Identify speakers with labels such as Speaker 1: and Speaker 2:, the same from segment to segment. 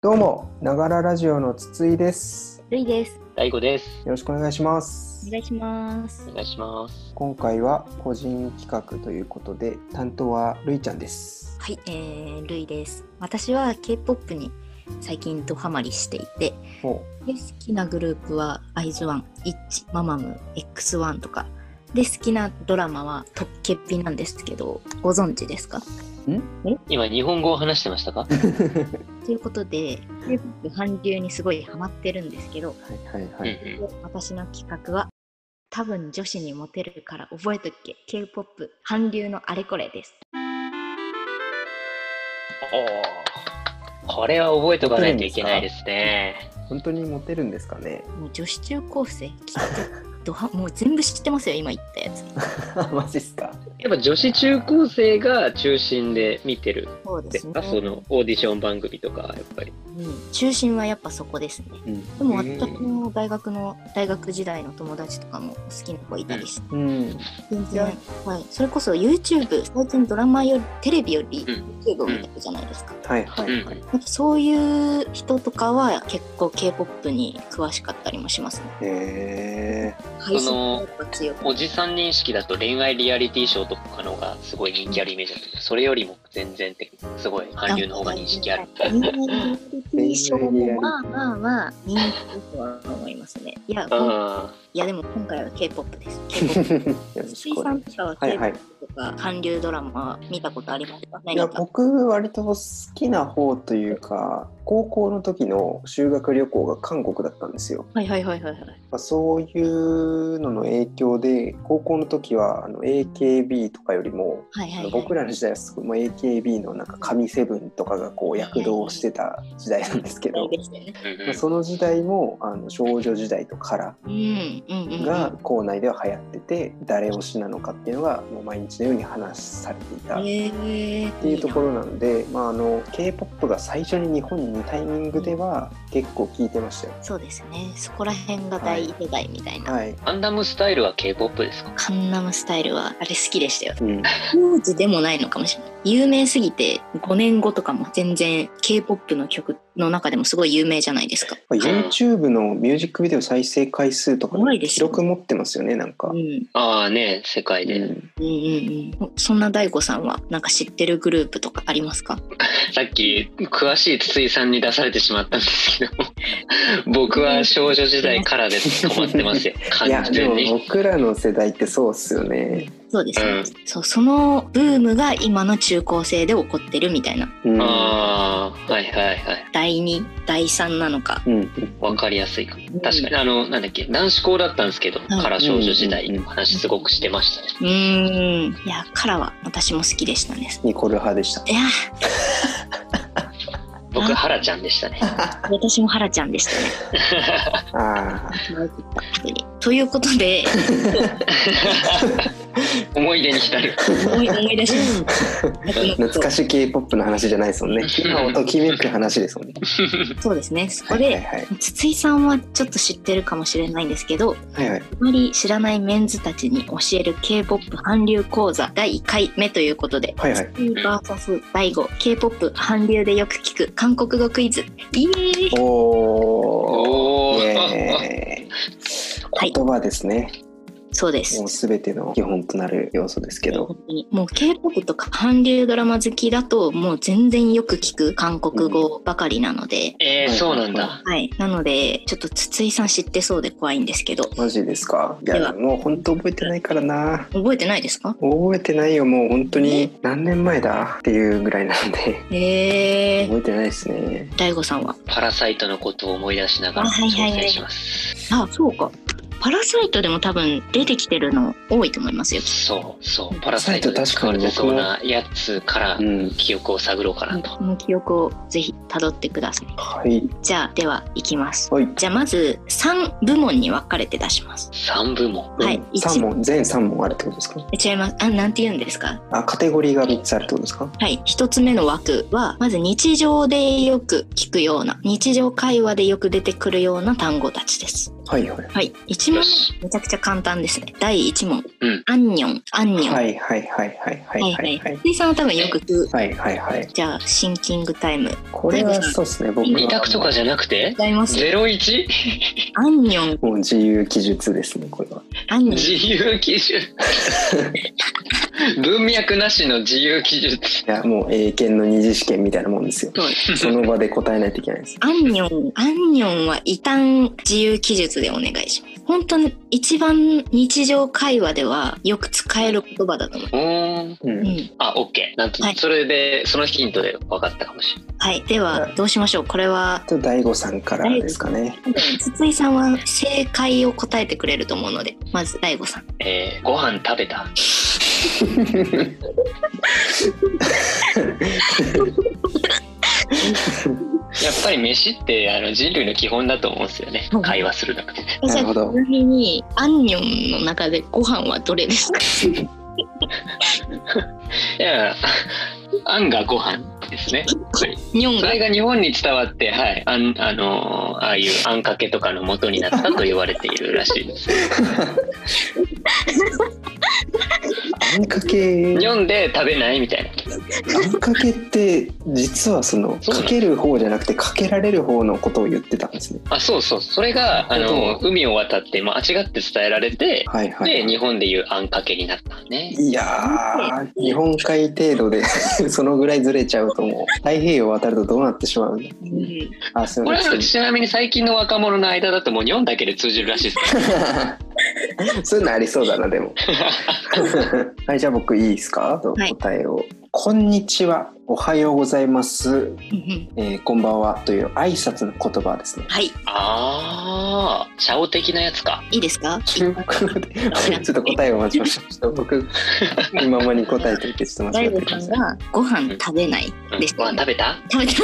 Speaker 1: どうも、ながらラジオの筒井です。
Speaker 2: るいです。
Speaker 3: 大悟です。
Speaker 1: よろしくお願いします
Speaker 2: お。願いします
Speaker 3: お。願いします。
Speaker 1: 今回は個人企画ということで、担当はるいちゃんです。
Speaker 2: はい、えー、るいです。私は K-POP に最近ドハマりしていて、
Speaker 1: お
Speaker 2: で好きなグループはアイズワン、イッチ、ママム、X1 とか。で、好きなドラマはトッケッピなんですけど、ご存知ですか
Speaker 3: 今、日本語を話してましたか
Speaker 2: ということで、K-POP 韓流にすごいハマってるんですけど、
Speaker 1: はいはいは
Speaker 3: うんう
Speaker 1: い。
Speaker 3: ん
Speaker 2: で私の企画は、多分女子にモテるから覚えとけ、K-POP 韓流のあれこれです。
Speaker 3: おーこれは覚えておかないといけないですね。
Speaker 1: 本当にモテるんですかね。
Speaker 2: もう女子中高生聞いてドハ もう全部知ってますよ今言ったやつ
Speaker 1: マジっすか。
Speaker 3: やっぱ女子中高生が中心で見てる
Speaker 2: そうで
Speaker 3: ですす
Speaker 2: ね
Speaker 3: か、そのオーディション番組とか、やっぱり。
Speaker 2: うん、中心はやっぱそこですね
Speaker 1: うん。
Speaker 2: でも
Speaker 3: へー
Speaker 2: 私の大学の大学時代の友達とかも好きな子いたりして、
Speaker 1: うん。
Speaker 2: 全然、はい、それこそ YouTube 最近ドラマよりテレビより
Speaker 3: ん
Speaker 2: YouTube を見てるじゃないですか、
Speaker 1: はいはいはい。
Speaker 2: やっぱそういう人とかは結構 K-POP に詳しかったりもしますね
Speaker 1: へえ。
Speaker 2: 配信がやっぱ強く
Speaker 3: おじさん認識だと恋愛リアリティショーとかの方がすごい人気あるイメージだけど、それよりも全然的にすごい韓流の方が認識ある。
Speaker 2: 人気印象もまあまあまあ人気とは思いますね。いや、
Speaker 3: う
Speaker 2: ほん
Speaker 3: ん。
Speaker 2: いやでも今回は K-POP です。K-POP。
Speaker 1: よろし
Speaker 2: 水
Speaker 1: くお願
Speaker 2: 産
Speaker 1: いし
Speaker 2: とかは
Speaker 1: はいはい
Speaker 2: K-POP とか韓流ドラマは見たことありますか
Speaker 1: ます。い
Speaker 2: 何
Speaker 1: や
Speaker 2: か
Speaker 1: 僕割と好きな方というか高校の時の修学旅行が韓国だったんですよ。
Speaker 2: はいはいはいはいはい。
Speaker 1: まあ、そういうのの影響で高校の時はあの AKB とかよりも、
Speaker 2: はいはい、はい。
Speaker 1: 僕らの時代はすごいもう AKB のなんか神セブンとかがこう躍動してた時代なんですけど、
Speaker 2: ですよね。
Speaker 3: うん
Speaker 1: まあその時代もあの少女時代とカラ
Speaker 2: うんうんうん。
Speaker 1: が校内では流行ってて誰推しなのかっていうのがもう毎日のように話されていた。っ
Speaker 2: えー、
Speaker 1: ていうところなので、まあ、あの K-POP が最初に日本にいるタイミングでは結構聞いてましたよ。
Speaker 2: そうですね。そこら辺が大世代みたいな。
Speaker 1: はい。
Speaker 3: ガンダムスタイルは K-POP ですか
Speaker 2: カンナムスタイルはあれ好きでしたよ。
Speaker 1: うん。
Speaker 2: 当時でもないのかもしれない。有名すぎて5年後とかも全然 K-POP の曲の中でもすごい有名じゃないですか。
Speaker 1: まあ YouTube のミュージックビデオ再生回数とか
Speaker 2: 怖いです
Speaker 1: 記
Speaker 2: よ
Speaker 1: 録持ってますよねなんか
Speaker 2: う。ん。
Speaker 3: ああね、世界で。
Speaker 1: うん
Speaker 2: うんうんうん、そんな大悟さんはなんか知ってるグループとかありますか
Speaker 3: さっき詳しい筒井さんに出されてしまったんですけど僕は少女時代からで止まって ますよ
Speaker 1: いや
Speaker 3: 完
Speaker 1: で
Speaker 3: 全
Speaker 1: も
Speaker 3: に
Speaker 1: 僕らの世代ってそうっすよね。
Speaker 2: そうですね、
Speaker 3: うん
Speaker 2: そうそのブームが今の中高生で起こってるみたいな
Speaker 1: うん。
Speaker 3: ああはいはいはい
Speaker 2: 第2第3なのか
Speaker 1: うん
Speaker 3: わかりやすいかも
Speaker 2: うん
Speaker 3: 確かにあのなんだっけ男子校だったんですけど、
Speaker 2: うん
Speaker 3: から少女時代の話すごくしてましたね、
Speaker 2: うーんいやカラは私も好きでしたね
Speaker 1: ニコル派でした。
Speaker 2: いや
Speaker 3: 僕ハラちゃんでしたね
Speaker 2: 私もハラちゃんでした
Speaker 1: ああ
Speaker 2: ね本当にということで
Speaker 3: 思い出に 浸る
Speaker 2: 思い思い出しま した
Speaker 1: 懐か
Speaker 2: し
Speaker 1: しい K-POP の話じゃないですもんね。今をときめく話ですもんね。
Speaker 2: そうですねそこ
Speaker 1: はいはい
Speaker 2: で
Speaker 1: はい
Speaker 2: 筒井さんはちょっと知ってるかもしれないんですけど
Speaker 1: はいはい。
Speaker 2: あまり知らないメンズたちに教える K-POP 韓流講座第1回目ということで、
Speaker 1: はいはい
Speaker 2: スティーバーサス第5 K-POP 韓流でよく聞く韓国語クイズイエーイ
Speaker 1: おお。
Speaker 3: おお、
Speaker 1: イエーイ
Speaker 2: はい
Speaker 1: 言葉ですね。
Speaker 2: そうです
Speaker 1: もうすべての基本となる要素ですけど。
Speaker 2: 本当にもう K-POP とか韓流ドラマ好きだともう全然よく聞く韓国語ばかりなので、
Speaker 3: えー、そうなんだ
Speaker 2: はいなのでちょっと筒井さん知ってそうで怖いんですけど
Speaker 1: マジですか。い
Speaker 2: で
Speaker 1: や
Speaker 2: は
Speaker 1: もう本当覚えてないからな。
Speaker 2: 覚えてないですか
Speaker 1: 覚えてないよもう本当に何年前だっていうぐらいなんで
Speaker 2: えー
Speaker 1: 覚えてないですね
Speaker 2: 大悟さんは
Speaker 3: パラサイトのことを思い出しながら
Speaker 2: あはい
Speaker 3: 挑
Speaker 2: はいはい
Speaker 3: 戦します、
Speaker 2: あそうかパラサイトでも多分出てきてるの多いと思いますよ
Speaker 3: そうそうパラサイトで使われてそうなやつから
Speaker 1: うん
Speaker 3: 記憶を探ろうかなと、
Speaker 2: この記憶をぜひ辿ってください
Speaker 1: はい
Speaker 2: じゃあでは行きます
Speaker 1: はい
Speaker 2: じゃあまず3部門に分かれて出します
Speaker 3: 三部門
Speaker 2: はい
Speaker 1: うん三問全三問あるってことですか
Speaker 2: え違いますあなんて言うんですか
Speaker 1: あカテゴリーが三つあるってことですか
Speaker 2: はい1つ目の枠はまず日常でよく聞くような日常会話でよく出てくるような単語たちです
Speaker 1: はいはい。
Speaker 2: はい、1
Speaker 3: よ
Speaker 2: 問
Speaker 3: し。
Speaker 2: めちゃくちゃ簡単ですね。第1問。
Speaker 3: うん
Speaker 2: アンニョン、アンニョン。
Speaker 1: は
Speaker 2: はい
Speaker 1: はいはいはいはいい
Speaker 2: は
Speaker 1: はいい
Speaker 2: は。
Speaker 1: はいい。
Speaker 2: 水、さんは多分よく聞く。
Speaker 1: はいはいはい。
Speaker 2: じゃあ、シンキングタイム。
Speaker 1: これはそうですね、僕は。
Speaker 3: 二択とかじゃなくて
Speaker 2: 違います。
Speaker 3: 01?
Speaker 2: アンニョン、
Speaker 1: もう自由記述ですね、これは。
Speaker 2: アンニョン。
Speaker 3: 自由基準文脈なしの自由基準
Speaker 1: いや、もう英検の二次試験みたいなもんです よ。
Speaker 2: そう
Speaker 1: その場で答えないといけないです。
Speaker 2: アンニョン、アンニョンは異端自由記述でお願いします。本当に一番日常会話ではよく使える言葉だと思う。
Speaker 3: うーん
Speaker 1: うん。
Speaker 2: うん。
Speaker 3: あ OK なんと、
Speaker 2: はい
Speaker 3: それでそのヒントで分かったかもしれない
Speaker 2: はい。では、どうしましょうこれは、
Speaker 1: と大悟さんからですかね。
Speaker 2: 多分筒井さんは正解を答えてくれると思うので、まず、大悟さん。
Speaker 3: えー、ご飯食べたやっぱり飯ってあの人類の基本だと思うんですよね
Speaker 2: うん
Speaker 3: 会話する中で
Speaker 1: なるほど
Speaker 2: ちなみに、アンニョンの中でご飯はどれですか
Speaker 3: いやあんがご飯ですね
Speaker 2: ニョン
Speaker 3: そ
Speaker 2: が
Speaker 3: れが日本に伝わってはいあんあのーああいうあんかけとかの元になったと言われているらしいです
Speaker 1: あんかけ、
Speaker 3: 日本で食べないみたいな
Speaker 1: あんかけって、実はその、
Speaker 3: そうな
Speaker 1: か
Speaker 3: の
Speaker 1: ける方じゃなくて、かけられる方のことを言ってたんですね。
Speaker 3: あそうそうそれがあ
Speaker 1: う
Speaker 3: の海を渡って間違って伝えられて
Speaker 1: はいはい。
Speaker 3: で日本でいうあんかけになったのね
Speaker 1: いやー日本海程度で そのぐらいずれちゃうともう太平洋渡るとどうなってしまうんだ
Speaker 2: うん
Speaker 1: あすい
Speaker 3: こ
Speaker 1: ま
Speaker 3: れ
Speaker 1: せん
Speaker 3: はちなみに最近の若者の間だともう日本だけで通じるらしいです
Speaker 1: そういうのありそうだなで もはいじゃあ僕いいですか
Speaker 2: はい
Speaker 1: 答えを、こんにちはおはようございます、
Speaker 2: うん
Speaker 1: えーこんばんは」という挨拶の言葉ですね
Speaker 2: はい、
Speaker 3: ああシャオ的なやつか
Speaker 2: いいですか
Speaker 1: 中国語でちょっと答えを待ちましょうちょっと僕今まに答えていてちょっと間
Speaker 2: 大
Speaker 1: 違って
Speaker 2: 悟
Speaker 1: く
Speaker 2: さ
Speaker 1: だ
Speaker 2: ん
Speaker 1: さい
Speaker 2: がご飯食べない
Speaker 3: うん
Speaker 2: です。
Speaker 3: ご飯食べた
Speaker 2: 食べた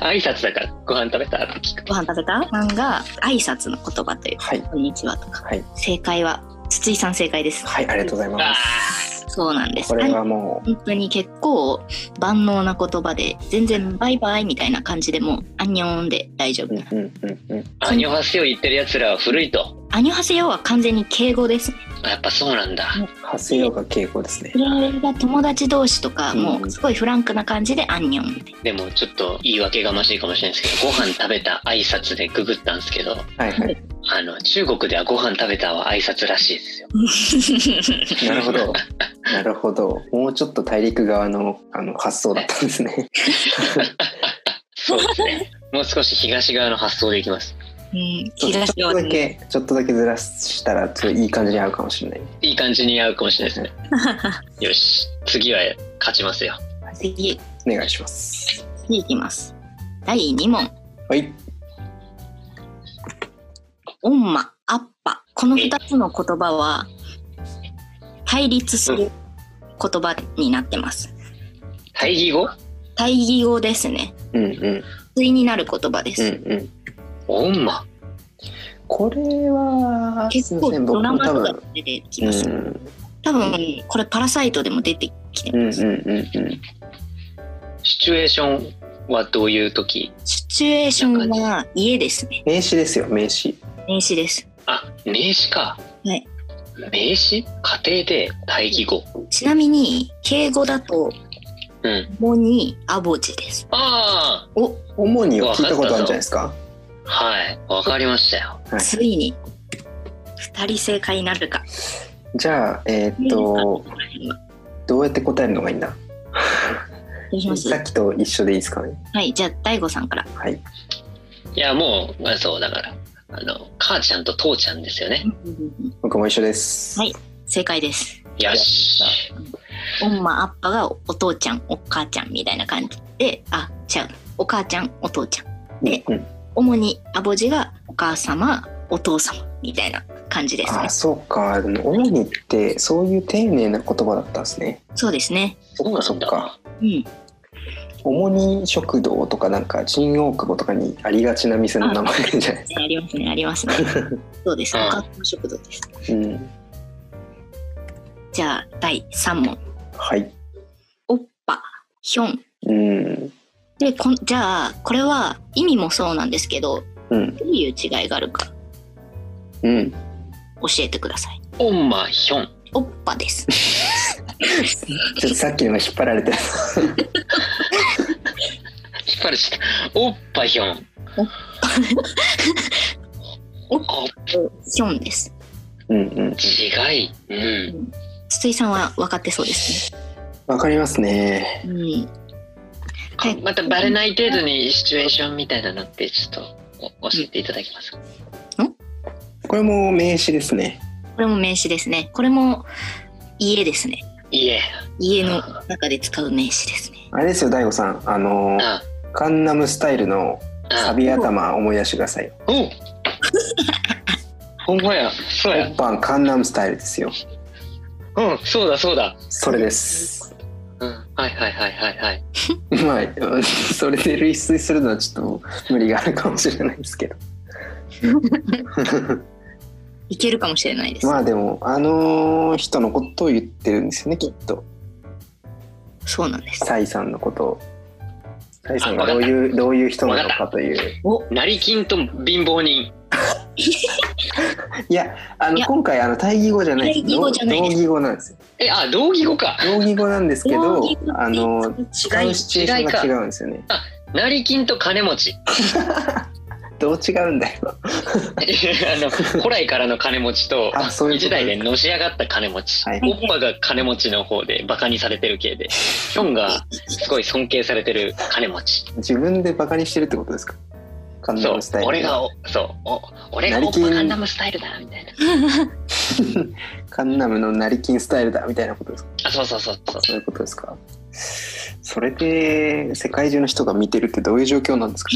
Speaker 3: 挨拶だからご飯食べたって聞く
Speaker 2: ご飯食べたさんが挨拶の言葉という
Speaker 1: はい
Speaker 2: こんにちはとか
Speaker 1: はい
Speaker 2: 正解は筒井さん正解です
Speaker 1: はいありがとうございま
Speaker 3: あ
Speaker 1: す
Speaker 2: そうなんです
Speaker 1: これはもう
Speaker 2: 本当に結構万能な言葉で全然バイバイみたいな感じでもアンニョンで大丈
Speaker 1: う
Speaker 2: 夫
Speaker 1: んうんうんうん
Speaker 3: あアニョハセヨ言ってるやつらは古いと
Speaker 2: アニョハセヨは完全に敬語です
Speaker 3: あやっぱそうなんだ
Speaker 1: 派生用が傾向ですね
Speaker 2: そ。れが友達同士とか
Speaker 1: うん
Speaker 2: もうすごいフランクな感じでアン ニョンって
Speaker 3: でもちょっと言い訳がましいかもしれないですけどご飯食べた挨拶でググったんですけど
Speaker 1: はいはい。
Speaker 3: あの中国ではご飯食べたは挨拶らしいですよ
Speaker 1: なるほど。なるほど。もうちょっと大陸側のあの発想だったんです ね。
Speaker 3: そうですねもう少し東側の発想でいきます
Speaker 2: うん
Speaker 1: ちょっ
Speaker 2: 東
Speaker 1: と
Speaker 2: 側
Speaker 1: だ
Speaker 2: に
Speaker 1: けちょっとだけずらしたらちょっといい感じに合うかもしれない。
Speaker 3: いい感じに合うかもしれないですねよし次は勝ちますよ
Speaker 2: 次
Speaker 1: お願いします。
Speaker 2: 次いきます第2問
Speaker 1: はい。
Speaker 2: オンマ、アッパ。この2つの言葉は対立する言葉になってます。
Speaker 3: 対義語
Speaker 2: 対義語ですね。
Speaker 1: うんうん
Speaker 2: 対になる言葉で
Speaker 1: うんう
Speaker 2: す。
Speaker 1: ん。
Speaker 3: オンマ
Speaker 1: これは
Speaker 2: 結構
Speaker 1: すいません
Speaker 2: ド
Speaker 1: 僕
Speaker 2: ラ
Speaker 1: も
Speaker 2: マ
Speaker 1: 多
Speaker 2: と
Speaker 1: 分
Speaker 2: かで出てき
Speaker 1: うん
Speaker 2: ます。多分これパラサイトでも出てきて
Speaker 1: うんう
Speaker 2: ま
Speaker 1: ん
Speaker 2: す。
Speaker 1: うんうん。
Speaker 3: シチュエーションはどういう時
Speaker 2: シチュエーションは家ですね。
Speaker 1: 名詞ですよ名詞。
Speaker 2: 名詞です。
Speaker 3: あ名詞か
Speaker 2: はい
Speaker 3: 名詞家庭で対義語
Speaker 2: ちなみに敬語だと
Speaker 3: うん
Speaker 2: 主にアボジです。
Speaker 3: あ
Speaker 1: お主にを聞いたことあるんじゃないですか。
Speaker 3: あはいわかりましたよ
Speaker 1: はい
Speaker 2: ついに2人正解になるか。
Speaker 1: じゃあえーっとどうやって答えるのがいいんだ。
Speaker 2: どうします
Speaker 1: さっきと一緒でいいですかね。
Speaker 2: はい、じゃあ大悟さんから。
Speaker 1: はい。
Speaker 3: いやもうまあそうだからあの母ちゃんと父ちゃんですよね
Speaker 1: 僕も一緒です。
Speaker 2: はい正解です。
Speaker 3: よし
Speaker 2: オンマアッパがお父ちゃんお母ちゃんみたいな感じであ違うお母ちゃんお父ちゃんで
Speaker 1: うん、
Speaker 2: 主にアボジがお母様お父様みたいな感じです
Speaker 1: あ
Speaker 2: ね
Speaker 1: あそうかでも主にってそういう丁寧な言葉だったんですね
Speaker 2: そうですね
Speaker 1: そっかそっか
Speaker 2: うん
Speaker 1: 主に食堂とかなんか新大久保とかにありがちな店の名前じゃないで
Speaker 2: ありますねありますねそうですお
Speaker 3: うん
Speaker 2: 母様食堂です
Speaker 1: すか、うん、
Speaker 2: じゃあ第3問
Speaker 1: はい
Speaker 2: おっぱヒョン
Speaker 1: うん
Speaker 2: でこんじゃあこれは意味もそうなんですけど
Speaker 1: うん。
Speaker 2: どういう違いがあるか
Speaker 1: うん。
Speaker 2: 教えてください。
Speaker 3: オンマヒョン。
Speaker 2: おっぱです。
Speaker 1: ちょっとさっきのが引っ張られてる。
Speaker 3: 引っ張るし、おっぱひょん。
Speaker 2: おっ
Speaker 3: あ、
Speaker 2: ヒョンです。
Speaker 1: うんうん。
Speaker 3: 違い。うん。
Speaker 2: 筒井さんは分かってそうです
Speaker 1: わかりますね。
Speaker 2: ね。うん。はい
Speaker 3: またバレない程度にシチュエーションみたいなのって、ちょっとお教えていただけますか。
Speaker 1: これも名詞ですね。
Speaker 2: これも名詞ですね。これも家ですね。
Speaker 3: いえ。
Speaker 2: 家の中で使う名詞ですね。
Speaker 1: あれですよ、大悟さん。あのー、
Speaker 3: あ、
Speaker 1: カンナムスタイルのサ
Speaker 3: あ、
Speaker 1: ビ頭思い出してくださいよ。
Speaker 3: おうほんまや。そうや
Speaker 1: 一。般カンナムスタイルですよ。
Speaker 3: うん、そうだ、そうだ。
Speaker 1: それです。
Speaker 3: うん。はいはいはいはいはい。
Speaker 1: まあ、 それで類推するのはちょっと無理があるかもしれないですけど。
Speaker 2: いけるかもしれないです。
Speaker 1: まあでも、あの人のことを言ってるんですよね、きっと。
Speaker 2: そうなんです。
Speaker 1: サイさんのことを。サイさんがどういう、どういう人なのかという。
Speaker 2: お、
Speaker 3: 成金と貧乏人。
Speaker 1: いや、あの、
Speaker 2: いや
Speaker 1: 今回、あの、対義語じゃないです。
Speaker 2: 対義語じゃない
Speaker 1: 同
Speaker 2: で
Speaker 1: 同
Speaker 2: す
Speaker 1: 義語なんですよ。
Speaker 3: え、あ、同義語か。
Speaker 1: 同義語なんですけど
Speaker 2: 同義語って、
Speaker 1: あの、
Speaker 2: 違
Speaker 1: 使
Speaker 2: いう
Speaker 1: シチュエーションが違うんですよね。
Speaker 3: 成金と金持ち。
Speaker 1: どう違うんだよ。
Speaker 3: あの古来からの金持ちと
Speaker 1: あそういうこと
Speaker 3: 一代でのし上がった金持ち、
Speaker 1: はい
Speaker 3: オッパが金持ちの方でバカにされてる系でヒョンがすごい尊敬されてる金持ち
Speaker 1: 自分でバカにしてるってことですかカンナ
Speaker 3: そう
Speaker 1: ムスタイル。
Speaker 3: 俺がおそうお俺がオッパカンダムスタイルだみたいな
Speaker 1: カンナムの成金スタイルだみたいなことですか
Speaker 3: あそうそうそうそう
Speaker 1: そういうことですかそれで世界中の人が見てるってどういう状況なん ですか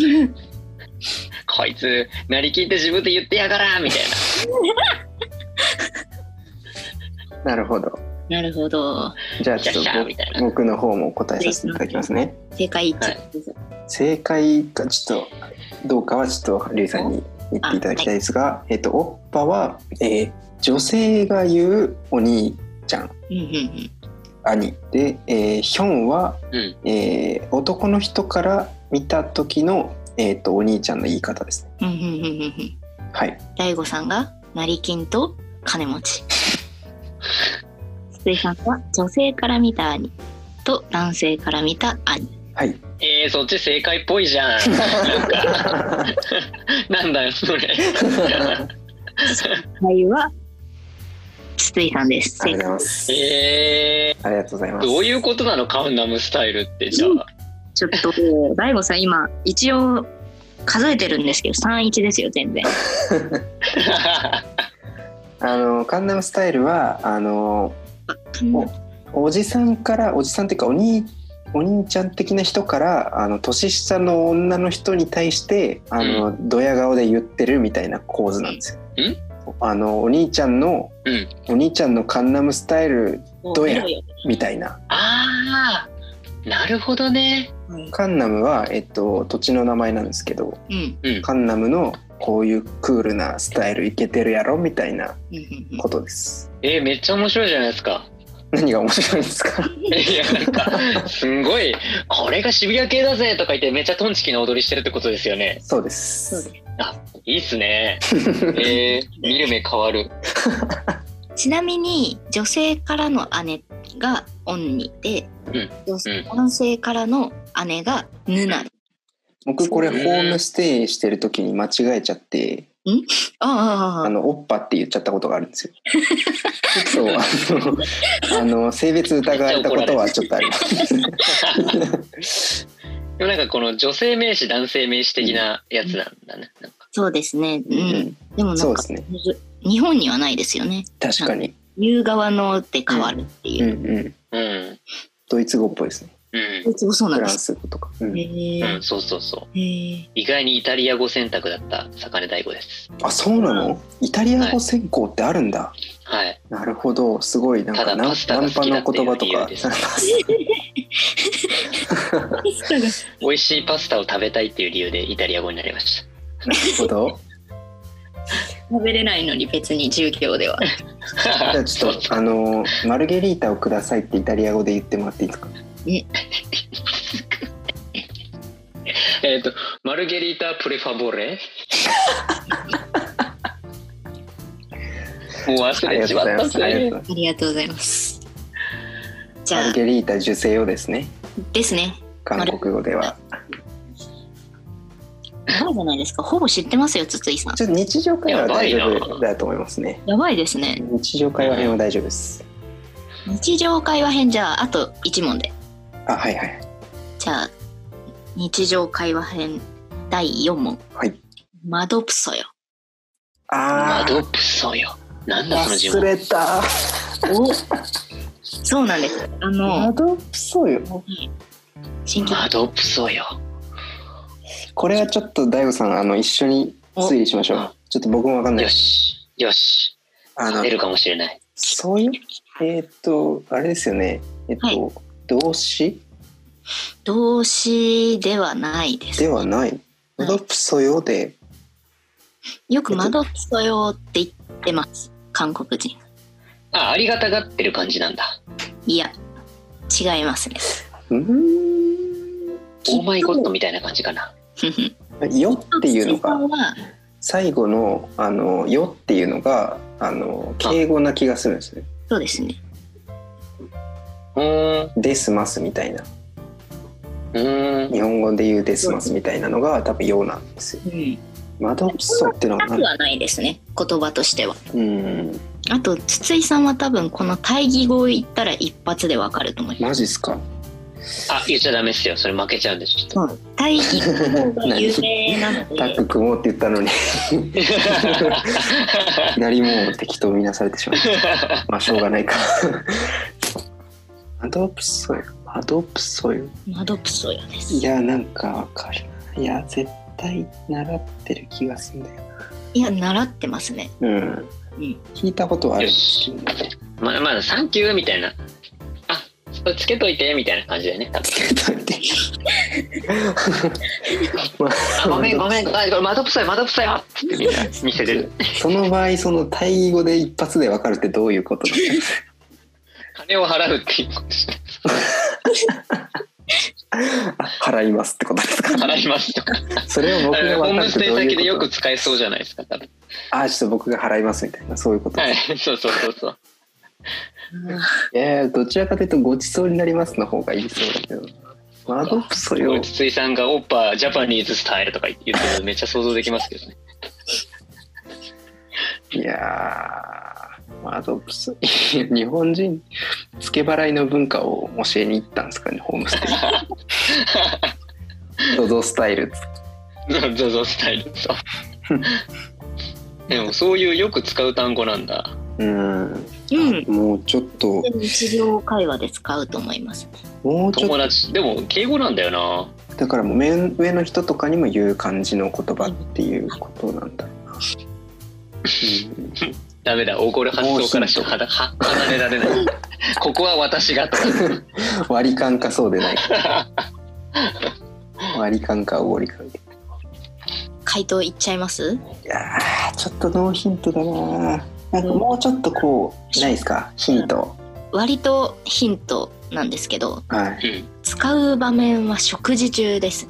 Speaker 3: こいつなりきって自分で言ってやがらみたい
Speaker 1: なるほど。
Speaker 2: なるほど。
Speaker 1: じゃあ
Speaker 3: なキャ
Speaker 1: ち
Speaker 3: ッ
Speaker 1: ょっ
Speaker 3: キ
Speaker 1: と
Speaker 3: ャーみたいな
Speaker 1: 僕の方も答えさせていただきますね。
Speaker 2: 正解一致、
Speaker 3: はい
Speaker 1: 正解かちょっとどうかはちょっとリュウさんに言っていただきたいですが、えっと、おっぱは、えー女性が言うお兄ちゃん、
Speaker 2: うんうん
Speaker 1: 兄で、えーヒョンは、
Speaker 3: うん
Speaker 1: えー男の人から見た時の、えっとお兄ちゃんの言い方ですね。
Speaker 2: うん。うんうんうんうんうん。
Speaker 1: はい。
Speaker 2: 大悟さんが成金と金持ち。筒井さんは女性から見た兄と男性から見た兄。
Speaker 1: はい。
Speaker 3: えー、そっち正解っぽいじ ゃんなんかなんだよそれ
Speaker 2: はいは筒井さんです。
Speaker 1: あり
Speaker 2: 正
Speaker 1: がとうござい
Speaker 2: 解
Speaker 1: ます。
Speaker 3: え
Speaker 1: ありがとうございま
Speaker 3: ー、
Speaker 1: す。
Speaker 3: どういうことなのカンナムスタイルってじゃあ
Speaker 2: ちょっと大悟さん今一応数えてるんですけど三一ですよ全然。
Speaker 1: あのカンナムスタイルはあのおじさんからおじさんっていうかお兄お兄ちゃん的な人からあの年下の女の人に対してあの、ドヤ顔で言ってるみたいな構図なんですよ。
Speaker 3: うん
Speaker 1: あのお兄ちゃんの、
Speaker 3: うん
Speaker 1: お兄ちゃんのカンナムスタイルどうや
Speaker 2: も見ろよ
Speaker 1: みたいな
Speaker 3: ああ、なるほどね。
Speaker 1: カンナムは、えっと、土地の名前なんですけど
Speaker 2: うんうん
Speaker 3: うん。
Speaker 1: カンナムのこういうクールなスタイルいけてるやろみたいな
Speaker 2: うんうんうん
Speaker 1: ことです。
Speaker 3: えーめっちゃ面白いじゃないで すか。
Speaker 1: 何が面白いんですか
Speaker 3: いや、なんか、すんごい、これが渋谷系だぜとか言って、めっちゃトンチキな踊りしてるってことですよね。
Speaker 1: そうです。
Speaker 2: そうで
Speaker 3: いいっすね。えー、見る目変わる。
Speaker 2: ちなみに女性からの姉がオンニで、
Speaker 3: うん
Speaker 2: 女性男性からの姉がヌナ。
Speaker 1: 僕これホームステイしてる時に間違えちゃって、
Speaker 2: あ
Speaker 1: あ
Speaker 2: あ
Speaker 1: のおっぱって言っちゃったことがあるん ですよ。そうあのあの性別疑われたことはちょっとあります。
Speaker 3: でもなんかこの女性名詞、男性名詞的なやつなんだね。なんか
Speaker 2: そうですね。う。
Speaker 1: うんん、
Speaker 2: でもな
Speaker 1: そ
Speaker 2: ん
Speaker 1: うで
Speaker 2: か
Speaker 1: すね。
Speaker 2: むず日本にはないですよね。
Speaker 1: 確かに。
Speaker 2: 言う側ので変わるって
Speaker 1: う
Speaker 2: い
Speaker 1: ん
Speaker 2: う。
Speaker 1: うん。
Speaker 3: うん。
Speaker 1: ドイツ語っぽいですね。
Speaker 3: うん
Speaker 2: いつもそうな
Speaker 1: フ
Speaker 2: ん
Speaker 1: ラ
Speaker 2: で
Speaker 1: ン
Speaker 2: す。
Speaker 1: ス語とか。うん
Speaker 2: へえ
Speaker 3: うん、そうそうそう。
Speaker 2: へ え。
Speaker 3: 意外にイタリア語選択だった坂根大吾です。
Speaker 1: あそうなの？イタリア語専攻ってあるんだ。
Speaker 3: はい。
Speaker 1: なるほど。すごいなんか
Speaker 3: ただ
Speaker 1: ナン
Speaker 3: パスタ
Speaker 1: ナ
Speaker 3: が
Speaker 1: ン
Speaker 3: 好
Speaker 1: パ
Speaker 3: きだ
Speaker 1: の
Speaker 3: ってい
Speaker 1: 言
Speaker 3: う
Speaker 1: 葉と
Speaker 3: 理由
Speaker 1: か
Speaker 3: で。す
Speaker 2: パ
Speaker 3: 美味しいパスタを食べたいっていう理由でイタリア語になりました。
Speaker 1: なるほど。
Speaker 2: 食べれないのに別に授業では。
Speaker 1: じゃあちょっとあのマルゲリータをくださいってイタリア語で言ってもらっていいですか？
Speaker 3: えっと、マルゲリータ・プレファボレもう忘れちまった
Speaker 1: ありがとう
Speaker 3: ぜ
Speaker 1: ございます。
Speaker 2: ありがとうございます。じ
Speaker 1: マ
Speaker 2: ゃ
Speaker 1: ル
Speaker 2: あ、
Speaker 1: ゲリータ受精をですね。
Speaker 2: ですね。
Speaker 1: 韓国語では。
Speaker 2: やばいじゃないですか。ほぼ知ってますよ、つついさん。
Speaker 1: ちょっと日常会話は大丈
Speaker 3: やばい
Speaker 1: 夫
Speaker 3: な
Speaker 1: だと思いますね。
Speaker 2: やばいですね。
Speaker 1: 日常会話編は大丈夫です。
Speaker 2: 日常会話編じゃあ、あと1問で。
Speaker 1: あ、はいはい。
Speaker 2: じゃあ、日常会話編第4問。
Speaker 1: はい。
Speaker 2: マドプソよ。
Speaker 1: あ
Speaker 3: マド
Speaker 1: ー、
Speaker 3: プソよなんだそ
Speaker 1: 忘
Speaker 3: の呪文
Speaker 1: れた。
Speaker 2: おそうなんです。あ
Speaker 1: マ
Speaker 2: の、
Speaker 1: ドプソよ。
Speaker 2: 新規
Speaker 3: マドプソよ
Speaker 1: これはちょっと大悟さん、あの、一緒に推理しましょう。ちょっと僕もわかんない
Speaker 3: よ。しよし
Speaker 1: あの
Speaker 3: 出、るかもしれない
Speaker 1: そういう、えーっと、あれですよね。えっ
Speaker 2: はい
Speaker 1: と、動詞
Speaker 2: 動詞ではないです。
Speaker 1: ではない。マドプソよで、
Speaker 2: よくマドプソよって言ってます。韓国人。
Speaker 3: あありがたがってる感じなんだ
Speaker 2: いや、違いますね。
Speaker 1: うーん。
Speaker 3: オーマイゴッドみたいな感じかな
Speaker 1: よっていうの
Speaker 2: マ
Speaker 1: が
Speaker 2: ドプソよは
Speaker 1: 最後の「あのよ」っていうのがあの敬語な気がするんですね
Speaker 2: そうですね。
Speaker 3: うー
Speaker 1: 「
Speaker 3: ん
Speaker 1: ですます」みたいな
Speaker 3: うーん
Speaker 1: 日本語で言う「ですます」みたいなのが多分「よ」なんですよ。
Speaker 2: うん。
Speaker 1: マドプソってのは
Speaker 2: な
Speaker 1: 何
Speaker 2: くはないですね。言葉としては。
Speaker 1: うん
Speaker 2: あと、筒井さんは多分この対義語を言ったら一発でわかると思いま
Speaker 1: マジっすか
Speaker 3: あ言っちゃダメっすよそれ負けちゃうんです ち
Speaker 2: す。
Speaker 3: ょっ
Speaker 2: うん、対義語が有名なので
Speaker 1: タ、ッグ組もうって言ったのに
Speaker 3: と
Speaker 1: 何も適当見なされてしまったまあしょうがないかマドプソよマドプソよ
Speaker 2: マドプソよです。
Speaker 1: いやなんかわかるないや絶対習ってる気がするんだよ
Speaker 2: いや、習ってますね。
Speaker 1: うん
Speaker 2: うん。
Speaker 1: 聞いたことはある
Speaker 3: よしまあまあサンキューみたいなあそれつけといてみたいな感じだよね多分
Speaker 1: ちょっと待って。ま
Speaker 3: あごめんご
Speaker 1: あ、
Speaker 3: めんごめんこれマドプソよマドプソよっつってみんな見せ てる
Speaker 1: その場合、そのタイ語で一発でわかるってどういうことなんですか。
Speaker 3: 金を払うっていうことですね
Speaker 1: 払いますってこと ですか。
Speaker 3: 払いますとか
Speaker 1: それを
Speaker 3: ホ
Speaker 1: 僕が
Speaker 3: ー
Speaker 1: 分か
Speaker 3: ム
Speaker 1: っ
Speaker 3: ス
Speaker 1: て
Speaker 3: テイ
Speaker 1: どう
Speaker 3: 先で
Speaker 1: い
Speaker 3: よ
Speaker 1: うこ
Speaker 3: く
Speaker 1: と。
Speaker 3: 使えそうじゃないですか多分
Speaker 1: ああ、ちょっと僕が払いますみたいな、そういうこと。、
Speaker 3: はいいそうそうそうそう
Speaker 1: やいや、どちらかというと、ごちそうになりますの方がいいそうだけど。マドプソ
Speaker 3: すご
Speaker 1: よ
Speaker 3: い。筒井さんが「オッパージャパニーズスタイル」とか言ってるのめっちゃ想像できますけどね
Speaker 1: いやー。マドプソ。いや 日本人。付け払いの文化を教えに行ったんですかね、ホームス テイ。ドドスタイル。
Speaker 3: ゾゾス タイルそうでもそういうよく使う単語なんだ
Speaker 1: うん。
Speaker 2: うん。
Speaker 1: もうちょっと、
Speaker 2: 日常会話で使うと思います、ね。
Speaker 1: もうちょ
Speaker 3: 友
Speaker 1: っ
Speaker 3: 達でも敬語なんだよな
Speaker 1: と、だからもう目上の人とかにも言う感じの言葉っていうことなんだろうな。
Speaker 3: ダメだ怒る発想からしかはだは離れられない ここは私がとか
Speaker 1: 割り勘かそうでないか。 割り勘かおごり勘か。
Speaker 2: 回答いっちゃいます
Speaker 1: いやー、ちょっとノーヒントだな。なんかもうちょっとこう、ないですかヒント。
Speaker 2: 割とヒントなんですけど、
Speaker 1: はい。
Speaker 3: うん
Speaker 2: 使う場面は食事中です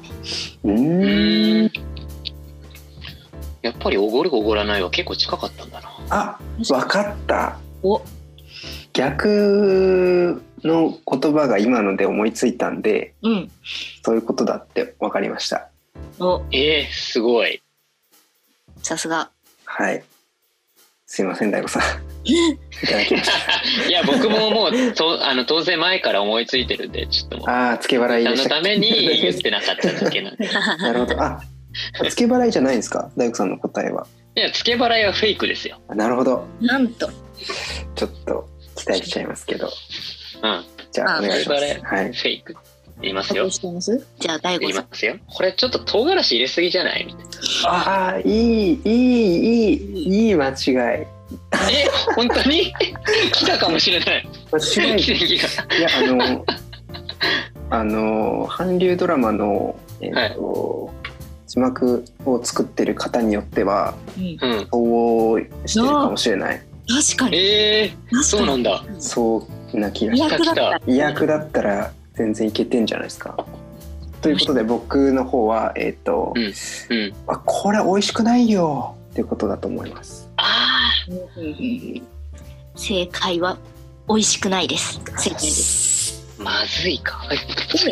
Speaker 1: う
Speaker 2: ね。
Speaker 3: う
Speaker 1: ー
Speaker 3: ー
Speaker 1: ん
Speaker 3: ん。やっぱりおごるおごらないは結構近かったんだな
Speaker 1: あ、わかった。
Speaker 2: お、
Speaker 1: 逆の言葉が今ので思いついたんで、
Speaker 2: うん。
Speaker 1: そういうことだってわかりました。
Speaker 2: お、
Speaker 3: えー、すごい
Speaker 2: さすが。
Speaker 1: はい。すいません、大悟さん。いただきました。
Speaker 3: いや僕ももうとあの当然前から思いついてるんでちょっともう
Speaker 1: ああ、付け払い
Speaker 3: あ
Speaker 1: で
Speaker 3: の
Speaker 1: した
Speaker 3: た
Speaker 1: っ
Speaker 3: めに言ってなかっただけなんでい
Speaker 1: け。なるほど。あ、付け払いじゃないんですか、大工さんの答えは。
Speaker 3: や付け払いはフェイクですよ
Speaker 1: あなるほど。
Speaker 2: なんと。
Speaker 1: ちょっと期待しちゃいますけど。
Speaker 3: うん
Speaker 1: じゃあ、
Speaker 2: あ
Speaker 1: お願いしま
Speaker 3: 付
Speaker 1: す。
Speaker 3: け
Speaker 1: はい。
Speaker 3: フェイク言いますよ
Speaker 2: してますじゃあ、大悟
Speaker 3: 言い
Speaker 2: さん
Speaker 3: ま。すよこれちょっと唐辛子入れすぎじゃないみたい
Speaker 1: ああ、いい、いい、いい、いい間違い。
Speaker 3: なえ本当に 来たかもしれない
Speaker 1: 間違 い。
Speaker 3: 奇
Speaker 1: い
Speaker 3: 跡が
Speaker 1: や、あの。あの、韓流ドラマの、えっ、と。字幕を作ってる方によっては、
Speaker 2: うん、
Speaker 3: うん
Speaker 1: 応してるかもしれない。
Speaker 2: 確かに。
Speaker 3: えー、
Speaker 2: 確
Speaker 3: そう
Speaker 2: か
Speaker 3: な
Speaker 2: に。
Speaker 3: んだ
Speaker 1: そうな気がし
Speaker 2: 違
Speaker 1: ま
Speaker 2: 約だった
Speaker 1: す。違約だったら全然いけてんじゃないですか。ということで僕の方はえっ、と、
Speaker 3: うん。
Speaker 1: あこれ美味しくないよっていうことだと思います。
Speaker 3: あ
Speaker 2: 正解は美味しくないです。正解です。
Speaker 3: あ、まずい か。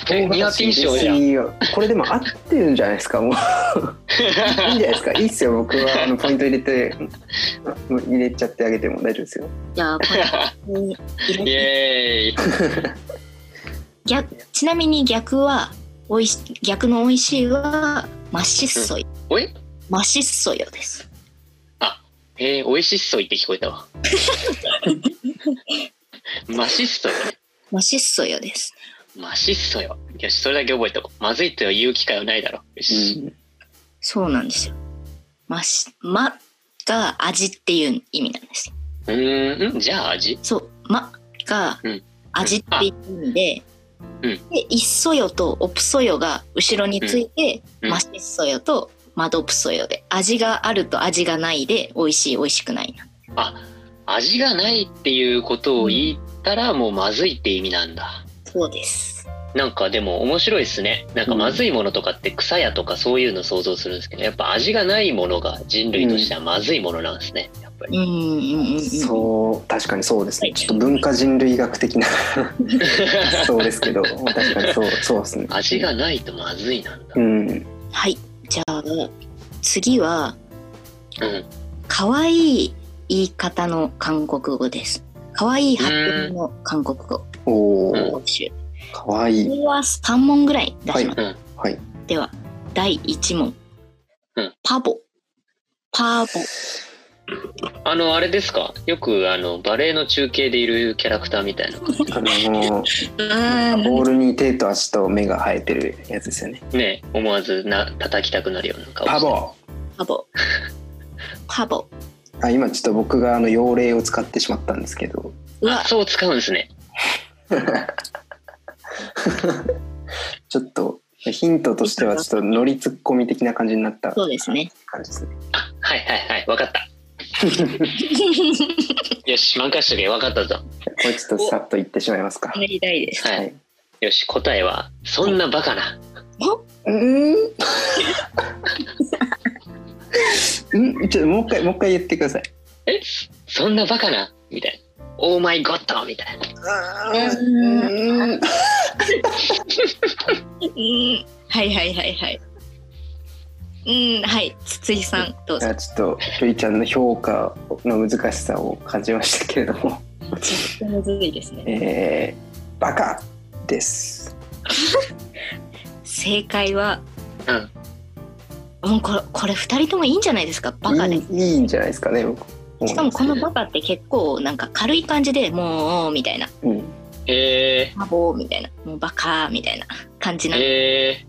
Speaker 1: 大
Speaker 3: ニア
Speaker 1: 型
Speaker 3: ピン
Speaker 1: 新
Speaker 3: 賞じゃ ん。
Speaker 1: いいよこれでも合ってるんじゃないですか。 もういいんじゃないですか。いいっすよ。僕はあのポイント入れてもう入れちゃってあげても大丈夫ですよ。
Speaker 2: じゃあ、これに入れ
Speaker 3: イ
Speaker 2: て
Speaker 3: エーイ。
Speaker 2: 逆ちなみに逆はおいし逆の美味しいはマシッソイ、
Speaker 3: おい
Speaker 2: マシッソヨです。
Speaker 3: えー、美味しっそいって聞こえた わ。マシっそよね。
Speaker 2: マシッソヨです。
Speaker 3: マシっそよ。よし、それだけ覚えておこう。まずいって言う機会はないだろう。よし。
Speaker 2: そうなんですよ。マシマが味っていう意味なんです。
Speaker 3: うーん、んじゃあ味
Speaker 2: そうマが
Speaker 3: うん
Speaker 2: 味っていう意味で、
Speaker 3: うん
Speaker 2: でイッソヨとオプソヨが後ろについて、
Speaker 3: うんうん
Speaker 2: マシッソヨとマドプソヨで味があると味がないで美味しい美味しくないな。
Speaker 3: 味がないっていうことを言ったらもうまずいって意味なんだ。
Speaker 2: そうです。
Speaker 3: なんかでも面白いですね。なんかまずいものとかって草やとかそういうの想像するんですけど、やっぱ味がないものが人類としてはまずいものなんですね。やっぱ
Speaker 2: う
Speaker 3: り。
Speaker 2: んうんうんうん。
Speaker 1: そう確かにそうですね。
Speaker 2: はい
Speaker 1: ちょっと文化人類学的な そうですけど、確かにそうそうですね。
Speaker 3: 味がないとまずいなんだ
Speaker 1: う。ん
Speaker 2: はい。じゃあ、次は、
Speaker 3: うん。
Speaker 2: 可愛い言い方の韓国語です。可愛い発音の韓国語
Speaker 1: お
Speaker 3: う
Speaker 1: お
Speaker 2: 特集。こ
Speaker 1: 可愛いい
Speaker 2: れは3問ぐらい出します。
Speaker 1: はい。
Speaker 2: では、第1問。
Speaker 3: うん
Speaker 2: パボ。パーボ。
Speaker 3: あの、あれですかよく、あの、バレエの中継でいるキャラクターみたいな。
Speaker 1: あの
Speaker 2: あ
Speaker 1: ボールに手と足と目が生えてるやつですよね。
Speaker 3: ね、思わずな叩きたくなるような顔
Speaker 1: パ
Speaker 3: して。
Speaker 1: ボ。
Speaker 2: パボ。パボ
Speaker 1: あ今ちょっと僕があの用例を使ってしまったんですけど。
Speaker 2: は
Speaker 3: あ、そう使うんですね。
Speaker 1: ちょっとヒントとしてはちょっと乗りツッコミ的な感じになった
Speaker 2: そうですね。
Speaker 1: 感じですね。
Speaker 3: あ、はいはいはい、わかった。よし、満開しとけ、わかったぞ。
Speaker 1: これちょっとさっと言ってしまいますか。
Speaker 2: やりたいです。
Speaker 3: はい。
Speaker 1: はい
Speaker 3: よし、答えは、そんなバカな。
Speaker 1: うん。 うん、ちょっともう一回もう一回言ってください。
Speaker 3: えそんなバカなみたいな。オーマイゴッドみたいな。
Speaker 1: うん。
Speaker 2: うんはいはいはいはい。うん、はい。筒井さん、どう
Speaker 1: じゃ。
Speaker 2: ぞ
Speaker 1: あちょっとルイちゃんの評価の難しさを感じましたけれども、
Speaker 2: むずいですね。
Speaker 1: えー、バカです。
Speaker 2: 正解は、
Speaker 3: うん。
Speaker 2: もうこれ、これ二人ともいいんじゃないですか。バカで
Speaker 1: い
Speaker 2: す。
Speaker 1: いいいんじゃないですかね。僕
Speaker 2: しかも、このバカって結構、なんか軽い感じで、もう、みたいな。
Speaker 1: うん、
Speaker 3: え
Speaker 2: バボーみたいな、もうバカーみたいな感じ
Speaker 3: ー、
Speaker 2: な。
Speaker 3: え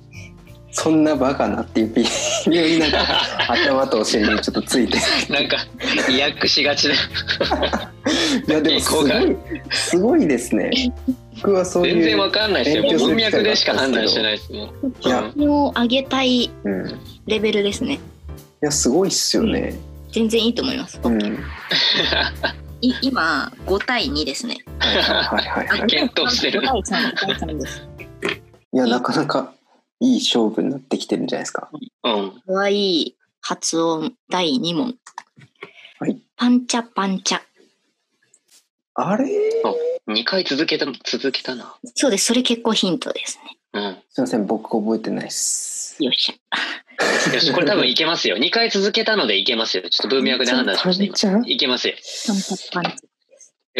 Speaker 1: そんなバカなっていう微妙になんか頭とお尻にちょっとつい て
Speaker 3: ー、なんか、威訳しがちな。
Speaker 1: いやでもすごいすごいですね僕はそう
Speaker 3: 全
Speaker 1: い
Speaker 3: 然
Speaker 1: う
Speaker 3: わかんないですよ。
Speaker 1: 勉強する
Speaker 3: 文
Speaker 1: 機会
Speaker 3: 脈
Speaker 1: があったん
Speaker 3: で
Speaker 1: です
Speaker 3: し
Speaker 1: けど
Speaker 3: か判断してないですね。
Speaker 1: いや
Speaker 2: 国を上げたい
Speaker 1: うん、い
Speaker 2: レベルですね。
Speaker 1: やすごいっすよね、
Speaker 2: 全然いいと思います。
Speaker 1: うん、はい
Speaker 2: い今、五対二ですね。
Speaker 1: はいはい はい
Speaker 3: 検討してる
Speaker 2: 五対三、五対三です。
Speaker 1: いやなかなかいい勝負になってきてるんじゃないですか
Speaker 3: うん。
Speaker 2: 可愛い発音第二問。
Speaker 1: はい
Speaker 2: パンチャパンチャ。
Speaker 1: あれす
Speaker 3: 2回続けた、続けたな。
Speaker 2: そうです。それ結構ヒントですね。
Speaker 3: うん。
Speaker 1: いません僕覚えてないっす
Speaker 2: よっしゃ。
Speaker 3: よし、これ多分いけますよ。2回続けたのでいけますよ。ちょっと文脈で判断しました、今。
Speaker 1: ちゃん
Speaker 3: いけますよ。
Speaker 2: パンチャパンチャ。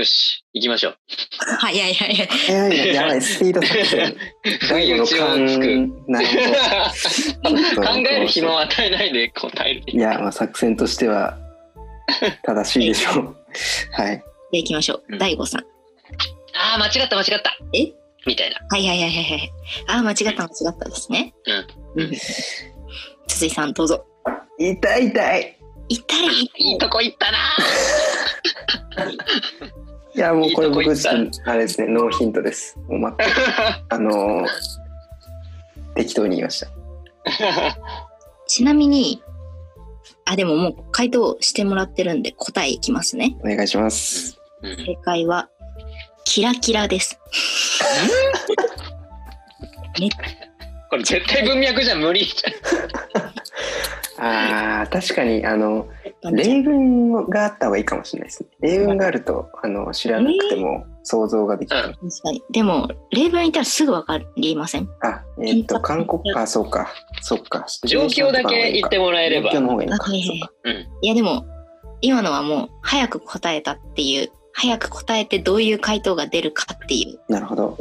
Speaker 3: よし、行きましょう。
Speaker 2: はいはいはいはい。
Speaker 1: いやいややばいスピード作戦
Speaker 3: 不意打ちをつく。
Speaker 1: な るほど
Speaker 3: 考える暇を与えないで答える。
Speaker 1: いや、まあ、作戦として は正しいでしょう。はい。
Speaker 2: で、行きましょ
Speaker 3: う
Speaker 2: う。
Speaker 3: ん
Speaker 2: 第五さん。
Speaker 3: ああ、間違った、間違った。
Speaker 2: え
Speaker 3: みたいな。
Speaker 2: はいはいはいはいはい。あー、間違った間違ったですね。
Speaker 3: うん。
Speaker 2: 筒井さん、どうぞ。
Speaker 1: 痛い痛い。
Speaker 2: 痛い痛
Speaker 3: いいとこ行ったな
Speaker 1: はいや、もうこれ
Speaker 3: いいとこ行
Speaker 1: 僕
Speaker 3: っ
Speaker 1: ち
Speaker 3: た
Speaker 1: ょっとあれですね、ノーヒントです。もう全くあのー適当に言いました。
Speaker 2: ちなみに、あ、でももう回答してもらってるんで答えいきますね。
Speaker 1: お願いします。
Speaker 3: うん
Speaker 2: 正解は、キラキラです。めっ
Speaker 3: これ絶対文脈じゃ無理じ
Speaker 1: ああ確かにあの例文があった方がいいかもしれないですね例文があるとあの知らなくても想像ができ
Speaker 3: ゃん。
Speaker 1: る、
Speaker 3: うん。
Speaker 2: 確かに。でも、例文いたらすぐわかりません
Speaker 1: あえっ、と韓国かそうかそうか
Speaker 3: 状況だけ言ってもらえれば
Speaker 1: 状況。の方がいいの
Speaker 2: あ
Speaker 1: か
Speaker 2: はいはい
Speaker 1: そうか
Speaker 3: うん。
Speaker 2: いやでも、今のはもう、早く答えたっていう、早く答えてどういう回答が出るかっていう、
Speaker 1: なるほど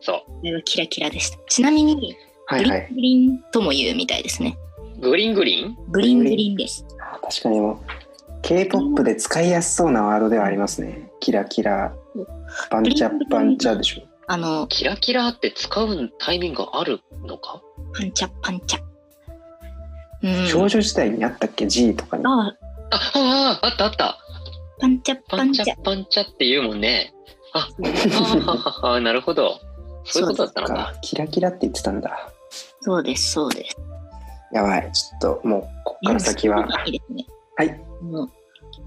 Speaker 3: そ
Speaker 2: これはキラキラでした。ちなみに、
Speaker 1: はいはい
Speaker 2: グリーングリーンとも言うみたいですね。
Speaker 3: う。グリーングリーン
Speaker 2: グリーングリーンです。
Speaker 1: あー確かにもう K-POP で使いやすそうなワードではありますねキラキラバンチャバンチャでしょ
Speaker 2: あの、
Speaker 3: キラキラって使うタイミングあるのか
Speaker 2: パンチャパンチャ。うん。
Speaker 1: 少女時代にあったっけ G とかに
Speaker 2: ああ、
Speaker 3: あ、ああ、あったあった。
Speaker 2: パンチャパ
Speaker 3: パ
Speaker 2: ン
Speaker 3: ン
Speaker 2: チ
Speaker 3: チ
Speaker 2: ャ
Speaker 3: ャ。パンチャって言うもんね。あ、ああ、なるほど。そういうことだったのか。
Speaker 1: かキラキラって言ってたんだ
Speaker 2: そうです、そうです。
Speaker 1: やばいちょっともうこっから先は
Speaker 2: うんいいですね。
Speaker 1: はい
Speaker 2: もう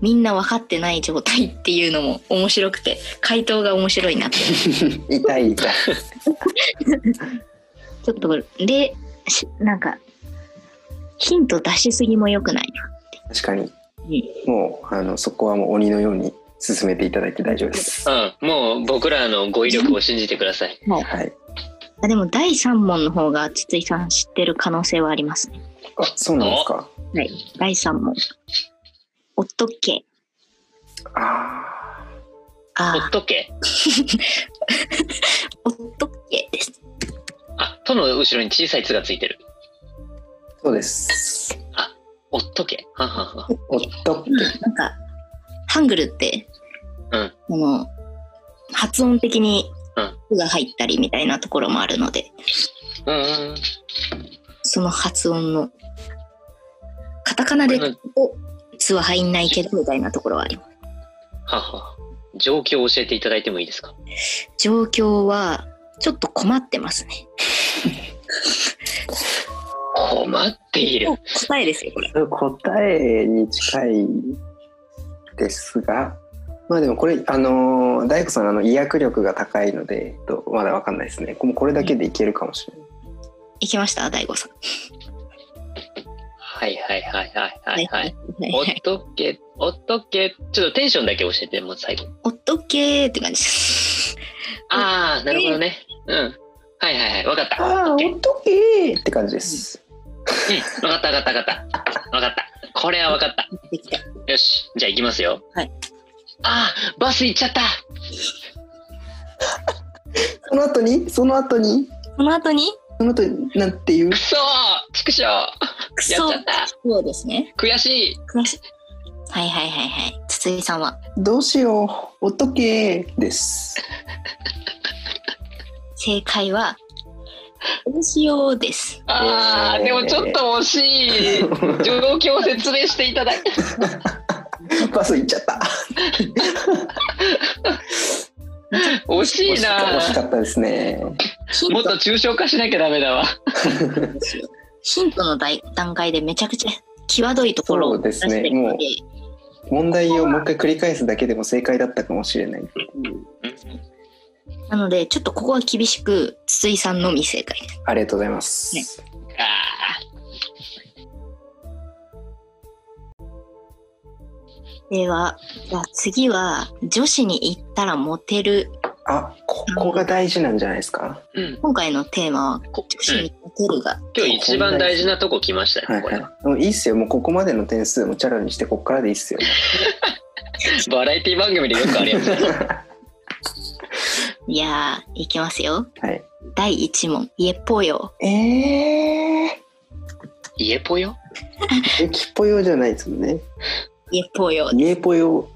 Speaker 2: みんな分かってない状態っていうのも面白くて、回答が面白いなって。
Speaker 1: 痛い痛い
Speaker 2: ちょっとこれ、で、しなんか、ヒント出しすぎも良くないな。
Speaker 1: 確かに
Speaker 2: うん
Speaker 1: もうあのそこはもう鬼のように進めていただいて大丈夫です。
Speaker 3: うん、もう僕らの語彙力を信じてください。
Speaker 1: はい。
Speaker 2: あでも、第3問の方が筒井さん知ってる可能性はありますね。
Speaker 1: あそうなんですか。
Speaker 2: はい。第3問。おっとっけ。
Speaker 1: あ
Speaker 3: ほ
Speaker 2: あ
Speaker 3: っとけ。
Speaker 2: あ、おっとっけです。
Speaker 3: あ、との後ろに小さい「つ」がついてる。
Speaker 1: あそうです。
Speaker 3: ほっとけ。はんはんはん
Speaker 1: おっとっけ
Speaker 2: なんか、ハングルって、
Speaker 3: うん
Speaker 2: あの、発音的に
Speaker 3: うん、
Speaker 2: うが入ったりみたいなところもあるので、
Speaker 3: うん。
Speaker 2: その発音の、カタカナで、
Speaker 3: これ
Speaker 2: お、つは入んないけど、みたいなところはあります
Speaker 3: はんはん状況を教えていただいてもいいですか
Speaker 2: 状況はちょっと困ってますね。
Speaker 3: 困っている。
Speaker 2: 答えですよこれ。
Speaker 1: 答えに近いですが、まあでもこれあのー大工さんあの意訳力が高いので、えっとまだわかんないですね。もうこれだけでいけるかもしれない。
Speaker 2: いきました大悟さん。
Speaker 3: はいはいはいはいはいはい。
Speaker 2: はい
Speaker 3: ほ
Speaker 2: は
Speaker 3: っ
Speaker 2: い。
Speaker 3: とけ、ほっとけ。ちょっとテンションだけ教えて、もう最後。
Speaker 2: おっとっけーって感じです。
Speaker 3: ああ、なるほどね。うん。はいはいはい。わかった。
Speaker 1: ああ、
Speaker 3: オ
Speaker 1: お
Speaker 3: ッケー
Speaker 1: っとっけーって感じです。
Speaker 3: うん。わかったわかったわかった。わかった。これはわかった。
Speaker 2: できた。
Speaker 3: よし。じゃあ行きますよ。
Speaker 2: はい。
Speaker 3: ああ、バス行っちゃった。
Speaker 1: その後にその後に
Speaker 2: この後に
Speaker 1: その後になんていう
Speaker 3: く。そー畜生やっ
Speaker 2: ク
Speaker 3: ちゃ
Speaker 2: ソ
Speaker 3: った
Speaker 2: そうですね。
Speaker 3: 悔しい
Speaker 2: 悔しいはいはいはいはい。筒井さんは
Speaker 1: どうしよう、おっとっけーです。
Speaker 2: 正解はどうしようです。
Speaker 3: あー、でもちょっと惜しい状況を説明していただいて
Speaker 1: バス行っちゃった。
Speaker 3: 惜しいな
Speaker 1: 惜しかったですね。
Speaker 2: ヒ
Speaker 3: もっ
Speaker 2: ン
Speaker 3: と
Speaker 2: ト
Speaker 3: 抽象化しなきゃダメだわ
Speaker 2: ですよ。ヒントの段段階でめちゃくちゃ際どいところを出してる
Speaker 1: そ
Speaker 2: の
Speaker 1: う
Speaker 2: で、
Speaker 1: で問題をもう一回繰り返すだけでも正解だったかもしれない。
Speaker 2: なのでちょっとここは厳しく筒井さんのみ正解です。
Speaker 1: ありがとうございます。
Speaker 3: あ
Speaker 2: では、じゃあ次は、女子に行ったらモテる。
Speaker 1: あ、ここが大事なんじゃないですか。
Speaker 3: ーうん
Speaker 2: 今回のテーマは、
Speaker 3: こ
Speaker 2: 女子にモテるが、
Speaker 3: 今日一番大事なとこ来ました
Speaker 1: はい
Speaker 3: ねこ
Speaker 1: は
Speaker 3: れ
Speaker 1: い。もういいっすよ。もうここまでの点数もチャラにしてこっからでいいっすよ。
Speaker 3: バラエティ番組でよくあるやつ だ
Speaker 2: いやー、いきますよ。
Speaker 1: はい。
Speaker 2: 第1問、家っぽよ。
Speaker 1: ええ
Speaker 3: 家ぽよ
Speaker 1: ー。駅ぽよじゃないですもんね。
Speaker 2: 家っぽよ。
Speaker 1: 家ぽよ。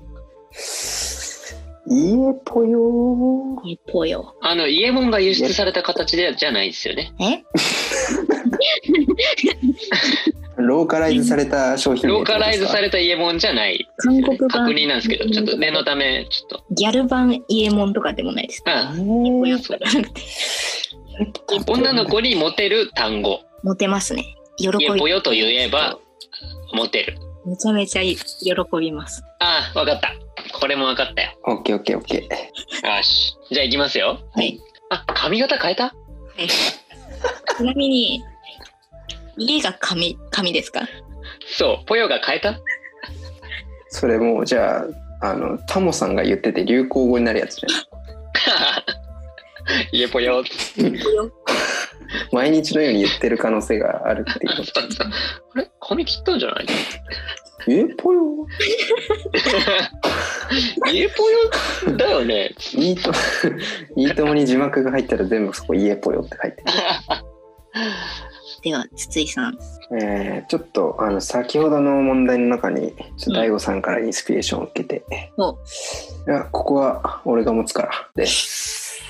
Speaker 1: 家ぽよ。
Speaker 2: 家っぽよ。
Speaker 3: あの家門が輸出された形でじゃないですよね
Speaker 2: え
Speaker 1: ローカライズされた商品名
Speaker 3: ロ
Speaker 1: っ
Speaker 3: ー
Speaker 1: てこと
Speaker 3: カ
Speaker 1: で
Speaker 3: ライ
Speaker 1: すか
Speaker 3: ズされた家門じゃない
Speaker 2: 韓国版。
Speaker 3: 確認なんですけどちょっと念のためちょっと
Speaker 2: ギャル版家門とかでもないです。
Speaker 3: あ
Speaker 2: ぽよ
Speaker 1: え
Speaker 2: とかじゃなくて
Speaker 1: ー
Speaker 3: 女の子にモテる単語
Speaker 2: モテますね。喜び。
Speaker 3: 家ぽよと言えばモテる
Speaker 2: めちゃめちゃ喜びます。
Speaker 3: あーわかったこれもわかったよ
Speaker 1: オッケーオッケーオッケー。
Speaker 3: よしじゃあ行きますよ
Speaker 2: はい。
Speaker 3: あ髪型変えた
Speaker 2: はいちなみに、家が紙、紙ですか
Speaker 3: そう、ポヨが変えた
Speaker 1: それもうじゃああのタモさんが言ってて流行語になるやつじゃない
Speaker 3: 家ポヨ。
Speaker 1: 毎日のように言ってる可能性があるっていう
Speaker 3: そうそうあれ髪切ったんじゃない
Speaker 1: えぽよ
Speaker 3: 家ポヨだよね。
Speaker 1: いいと いいともに字幕が入ったら全部そこ家ぽよって書いてる
Speaker 2: では、筒井さん。
Speaker 1: えーちょっとあの先ほどの問題の中にちょっと DAIGO さんからインスピレーションを受けて、
Speaker 2: お
Speaker 1: いやここは俺が持つからです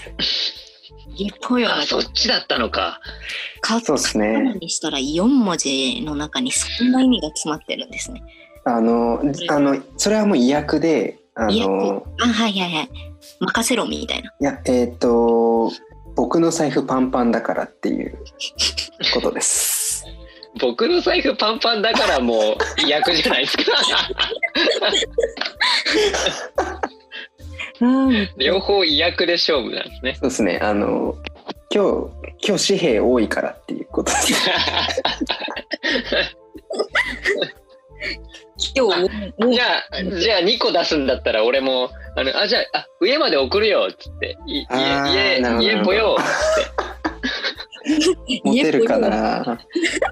Speaker 2: 家ぽよ
Speaker 3: あ、そっちだったのか。
Speaker 2: カ
Speaker 1: そう
Speaker 2: タ
Speaker 1: っす
Speaker 2: カナ
Speaker 1: ね
Speaker 2: にしたら4文字の中にそんな意味が詰まってるんですね。
Speaker 1: あのあのそれはもう意訳であ
Speaker 2: 意
Speaker 1: の
Speaker 2: 訳あ、はいはいはい。任せろみたいな。
Speaker 1: いやえっ、と僕の財布パンパンだからっていうことです
Speaker 3: 僕の財布パンパンだからもう違約じゃない ですか。
Speaker 2: うん。
Speaker 3: 両方違約で勝負なんですね。
Speaker 1: そうですね。あの今日今日紙幣多いからっていうことです。
Speaker 2: 今日、もう
Speaker 3: じゃあ、じゃあ2個出すんだったら俺も、あの、あ、じゃあ、あ上まで送るよっつって、い
Speaker 1: あー
Speaker 3: 家、
Speaker 1: なるほど
Speaker 3: 家、家ぽよ。
Speaker 1: モテるかな。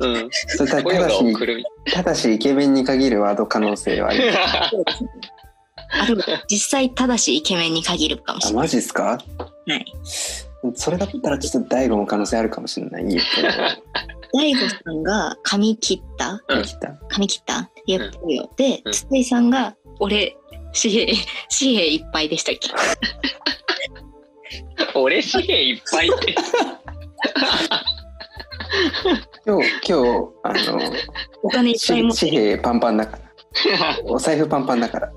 Speaker 3: うん。
Speaker 1: それた
Speaker 3: ぽ
Speaker 1: た
Speaker 3: よ
Speaker 1: だ
Speaker 3: が
Speaker 1: し
Speaker 3: 送るみ
Speaker 1: ただしイケメンに限るワード可能性はあ
Speaker 3: た
Speaker 1: り
Speaker 3: い
Speaker 1: ます。
Speaker 3: な。
Speaker 2: あでも実際ただしイケメンに限るかもし
Speaker 1: あ
Speaker 2: れな
Speaker 1: マジですか？
Speaker 2: い。
Speaker 1: それだったらちょっと大悟も可能性あるかもしれない。いいよ
Speaker 2: 大悟さんが髪切った
Speaker 3: うん
Speaker 1: 来た
Speaker 2: 髪切ったって言ってるよ。で
Speaker 3: う、ん
Speaker 2: 筒井さんが俺、紙幣、紙幣いっぱいでしたっけ
Speaker 3: 俺紙幣いっぱいって。
Speaker 1: 今日今日あの
Speaker 2: お金いっぱい
Speaker 1: 紙
Speaker 2: 持っ
Speaker 1: 紙
Speaker 2: て
Speaker 1: 幣
Speaker 2: る。
Speaker 1: パンパンだから。お財布パンパンだから。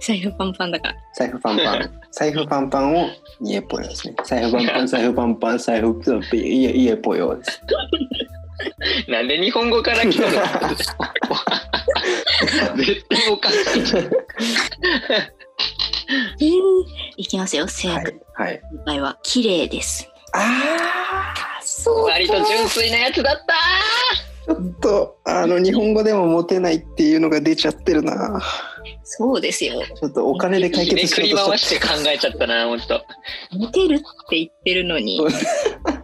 Speaker 2: 財布パンパンだから。
Speaker 1: 財布パンパン。財布パンパンを家っぽいですね。財布パンパン、財布パンパン、財布パンパン、家家っぽいようです。
Speaker 3: なんで日本語から 来たの絶対おかしい。
Speaker 2: えーいきますよ、制
Speaker 1: は
Speaker 2: 約
Speaker 1: い。はい。
Speaker 2: 今回は綺麗です。
Speaker 1: ああ、そうか
Speaker 3: 割と純粋なやつだった
Speaker 1: ちょっとあの日本語でもモテないっていうのが出ちゃってるな。
Speaker 2: そうですよ。
Speaker 1: ちょっとお金で解
Speaker 3: ひね
Speaker 1: 決し
Speaker 3: く
Speaker 1: よう
Speaker 3: り
Speaker 1: と
Speaker 3: 回
Speaker 1: し
Speaker 3: して考えちゃったな、ほんと。
Speaker 2: モテるって言ってるのに
Speaker 1: そう。た。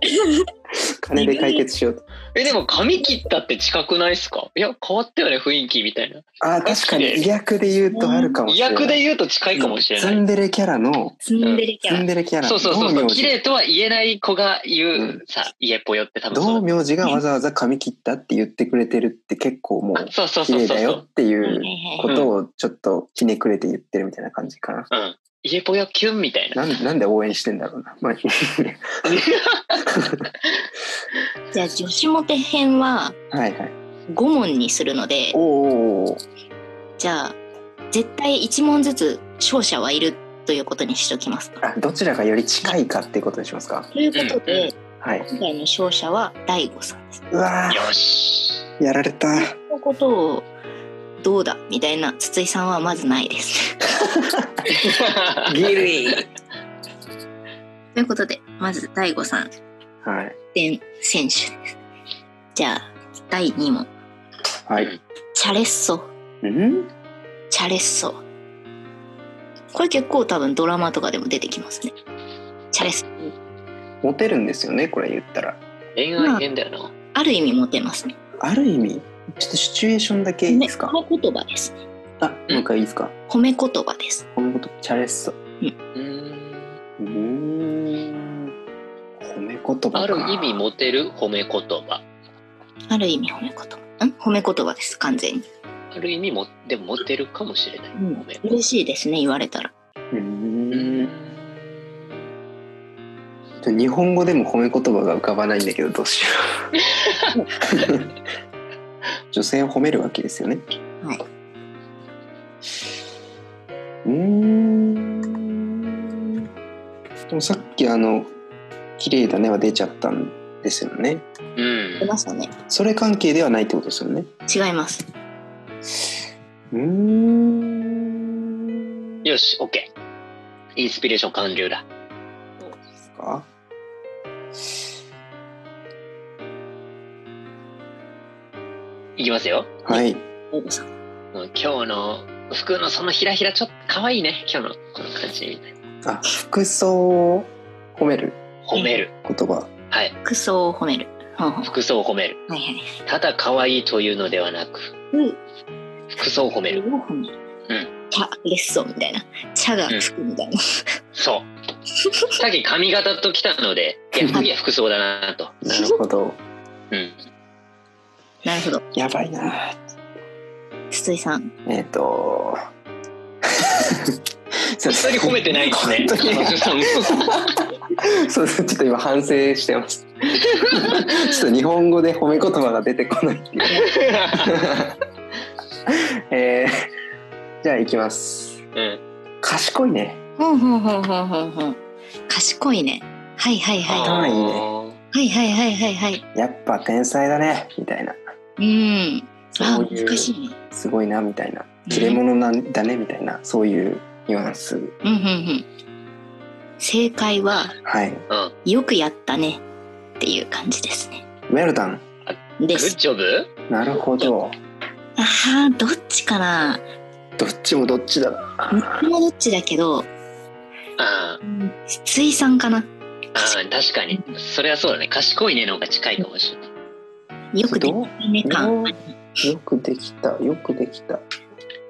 Speaker 1: 金で解決しようと。
Speaker 3: え、でも髪切ったって近くないっすかいや、変わったよね、雰囲気みたいな。
Speaker 1: ああ確かに逆で言うとあるかもしれない。
Speaker 3: 役で言うと近いかもしれな
Speaker 1: ツ
Speaker 3: い。
Speaker 1: ンデレキャラの
Speaker 2: ツンデレキ
Speaker 1: ツ
Speaker 2: ャ
Speaker 1: ン
Speaker 2: ラ。
Speaker 1: デレキャラ
Speaker 3: そうそうそうそ
Speaker 1: の
Speaker 3: う。
Speaker 1: 名字
Speaker 3: 綺麗とは言えない子が
Speaker 1: う
Speaker 3: 言うんさ、家ぽよって多分そ
Speaker 1: 同
Speaker 3: う。
Speaker 1: 名字がわざわざ髪切ったって言ってくれてるって結構もう
Speaker 3: そうそう
Speaker 1: 綺
Speaker 3: そう
Speaker 1: 麗
Speaker 3: そ
Speaker 1: だ
Speaker 3: うそ
Speaker 1: よ
Speaker 3: う。
Speaker 1: ってい
Speaker 2: はいうはい
Speaker 1: こ
Speaker 2: はい。
Speaker 1: とをちょっとひねくれて言ってるみたいな感じかな。
Speaker 3: うん。家ぽよキュンみたいな。
Speaker 1: なんなんで応援してんだろうな。まあ、
Speaker 2: じゃあ女子モテ編は
Speaker 1: はいはい。
Speaker 2: 5問にするので
Speaker 1: お、おおー。
Speaker 2: じゃあ絶対1問ずつ勝者はいるということにしときますか。
Speaker 1: あどちらがより近いかっていうことにしますか。
Speaker 2: ということ
Speaker 3: うんう
Speaker 2: で、
Speaker 1: はい。
Speaker 2: 今回の勝者は大悟さんです。
Speaker 1: うわ
Speaker 3: よし。
Speaker 1: ーやられた。
Speaker 2: このことをどうだみたいな筒井さんはまずないです。
Speaker 1: ギリ。
Speaker 2: ということで、まず大悟さん、
Speaker 1: はい。
Speaker 2: 選選手です。じゃあ第2問、
Speaker 1: はい。
Speaker 2: チャレッソ。
Speaker 1: うん？
Speaker 2: チャレッソ。これ結構多分ドラマとかでも出てきますね。チャレッソ。
Speaker 1: モテるんですよね。これ言ったら。
Speaker 3: 恋愛編だよな。
Speaker 2: ある意味モテますね。
Speaker 1: ある意味、ちょっとシチュエーションだけいいですか。
Speaker 2: 褒め言葉ですね。
Speaker 1: あ、もう一回いいですか。
Speaker 2: 褒め言葉です。
Speaker 1: このことチャレッソ。
Speaker 3: うーん。
Speaker 1: うーん。褒め言葉か。
Speaker 3: ある意味モテる褒め言葉。
Speaker 2: ある意味褒め言葉。ん褒め言葉です、完全に。
Speaker 3: ある意味も、でもモテるかもしれない。褒め
Speaker 2: 嬉しいですね、言われたら。
Speaker 1: うー。
Speaker 3: うんん。
Speaker 1: 日本語でも褒め言葉が浮かばないんだけどどうしよ う。女性を褒めるわけですよね。
Speaker 2: はいう
Speaker 1: ーん。でもさっきあの綺麗だねは出ちゃったんですよね。
Speaker 3: うん
Speaker 2: 出。ましたね。
Speaker 1: それ関係ではないってことですよね。
Speaker 2: 違います。
Speaker 1: うーん。
Speaker 3: よし、OK。インスピレーション完了だ。
Speaker 1: ですか。
Speaker 3: いきますよ。
Speaker 1: はい。
Speaker 2: 大子さん。
Speaker 3: もう今日の服のそのひらひらちょっと可愛いね。今日のこの感じみたいな。
Speaker 1: あ、服装を褒める
Speaker 3: 褒める。
Speaker 1: 言葉。
Speaker 3: はい。
Speaker 2: 服装を褒める。はあは
Speaker 3: 服装を褒める。
Speaker 2: あはいはい。
Speaker 3: ただ可愛いというのではなく、
Speaker 2: うん
Speaker 3: 服装を褒める。
Speaker 2: 服を褒める。
Speaker 3: う
Speaker 2: 茶レッソンみたいな。茶が服みたいな。
Speaker 3: そう。さっき髪型と来たので、いや、次は服装だなと。
Speaker 1: なるほ ど。
Speaker 3: うん。
Speaker 2: なるほど。
Speaker 1: やばいな。
Speaker 2: 筒井さん。
Speaker 1: えっ、と。
Speaker 3: 本当に褒めてないですね。
Speaker 1: 本当に
Speaker 3: 彼女さんも
Speaker 1: そうですちょっと今反省して ます。ちょっと日本語で褒め言葉が出てこないっていう。えーじゃあ行きます。
Speaker 3: うん。
Speaker 1: 賢いね。
Speaker 2: ほんほんほんほんほんほん。賢いね。はいはいは い。
Speaker 1: 可愛いね
Speaker 3: あ
Speaker 2: はいはいはいはいはい。
Speaker 1: やっぱ天才だねみたいな。
Speaker 2: うん。あ
Speaker 1: そうい
Speaker 2: ー、
Speaker 1: う
Speaker 2: 難しいね。
Speaker 1: すごいなみたいな。
Speaker 2: ん
Speaker 1: 切れ者なんだねみたいなそういうニュアンス。
Speaker 2: うんうんうん。正解は、
Speaker 1: はい。
Speaker 3: ーうん。
Speaker 2: よくやったねっていう感じですね。
Speaker 1: Well done。
Speaker 3: グ
Speaker 2: で
Speaker 3: ッ
Speaker 2: す。
Speaker 3: ジョブ
Speaker 1: なるほど。
Speaker 2: ああ、どっちかな。
Speaker 1: どっちもどっちだ
Speaker 2: どっ
Speaker 1: な。
Speaker 2: ちもどっちだけど、
Speaker 3: あー
Speaker 2: 水産かな。
Speaker 3: あー、確かに。それはそうだね。賢いねの方が近いかもしれない。
Speaker 2: よくでき
Speaker 1: どう
Speaker 2: たね感。
Speaker 1: よくできたよくできた。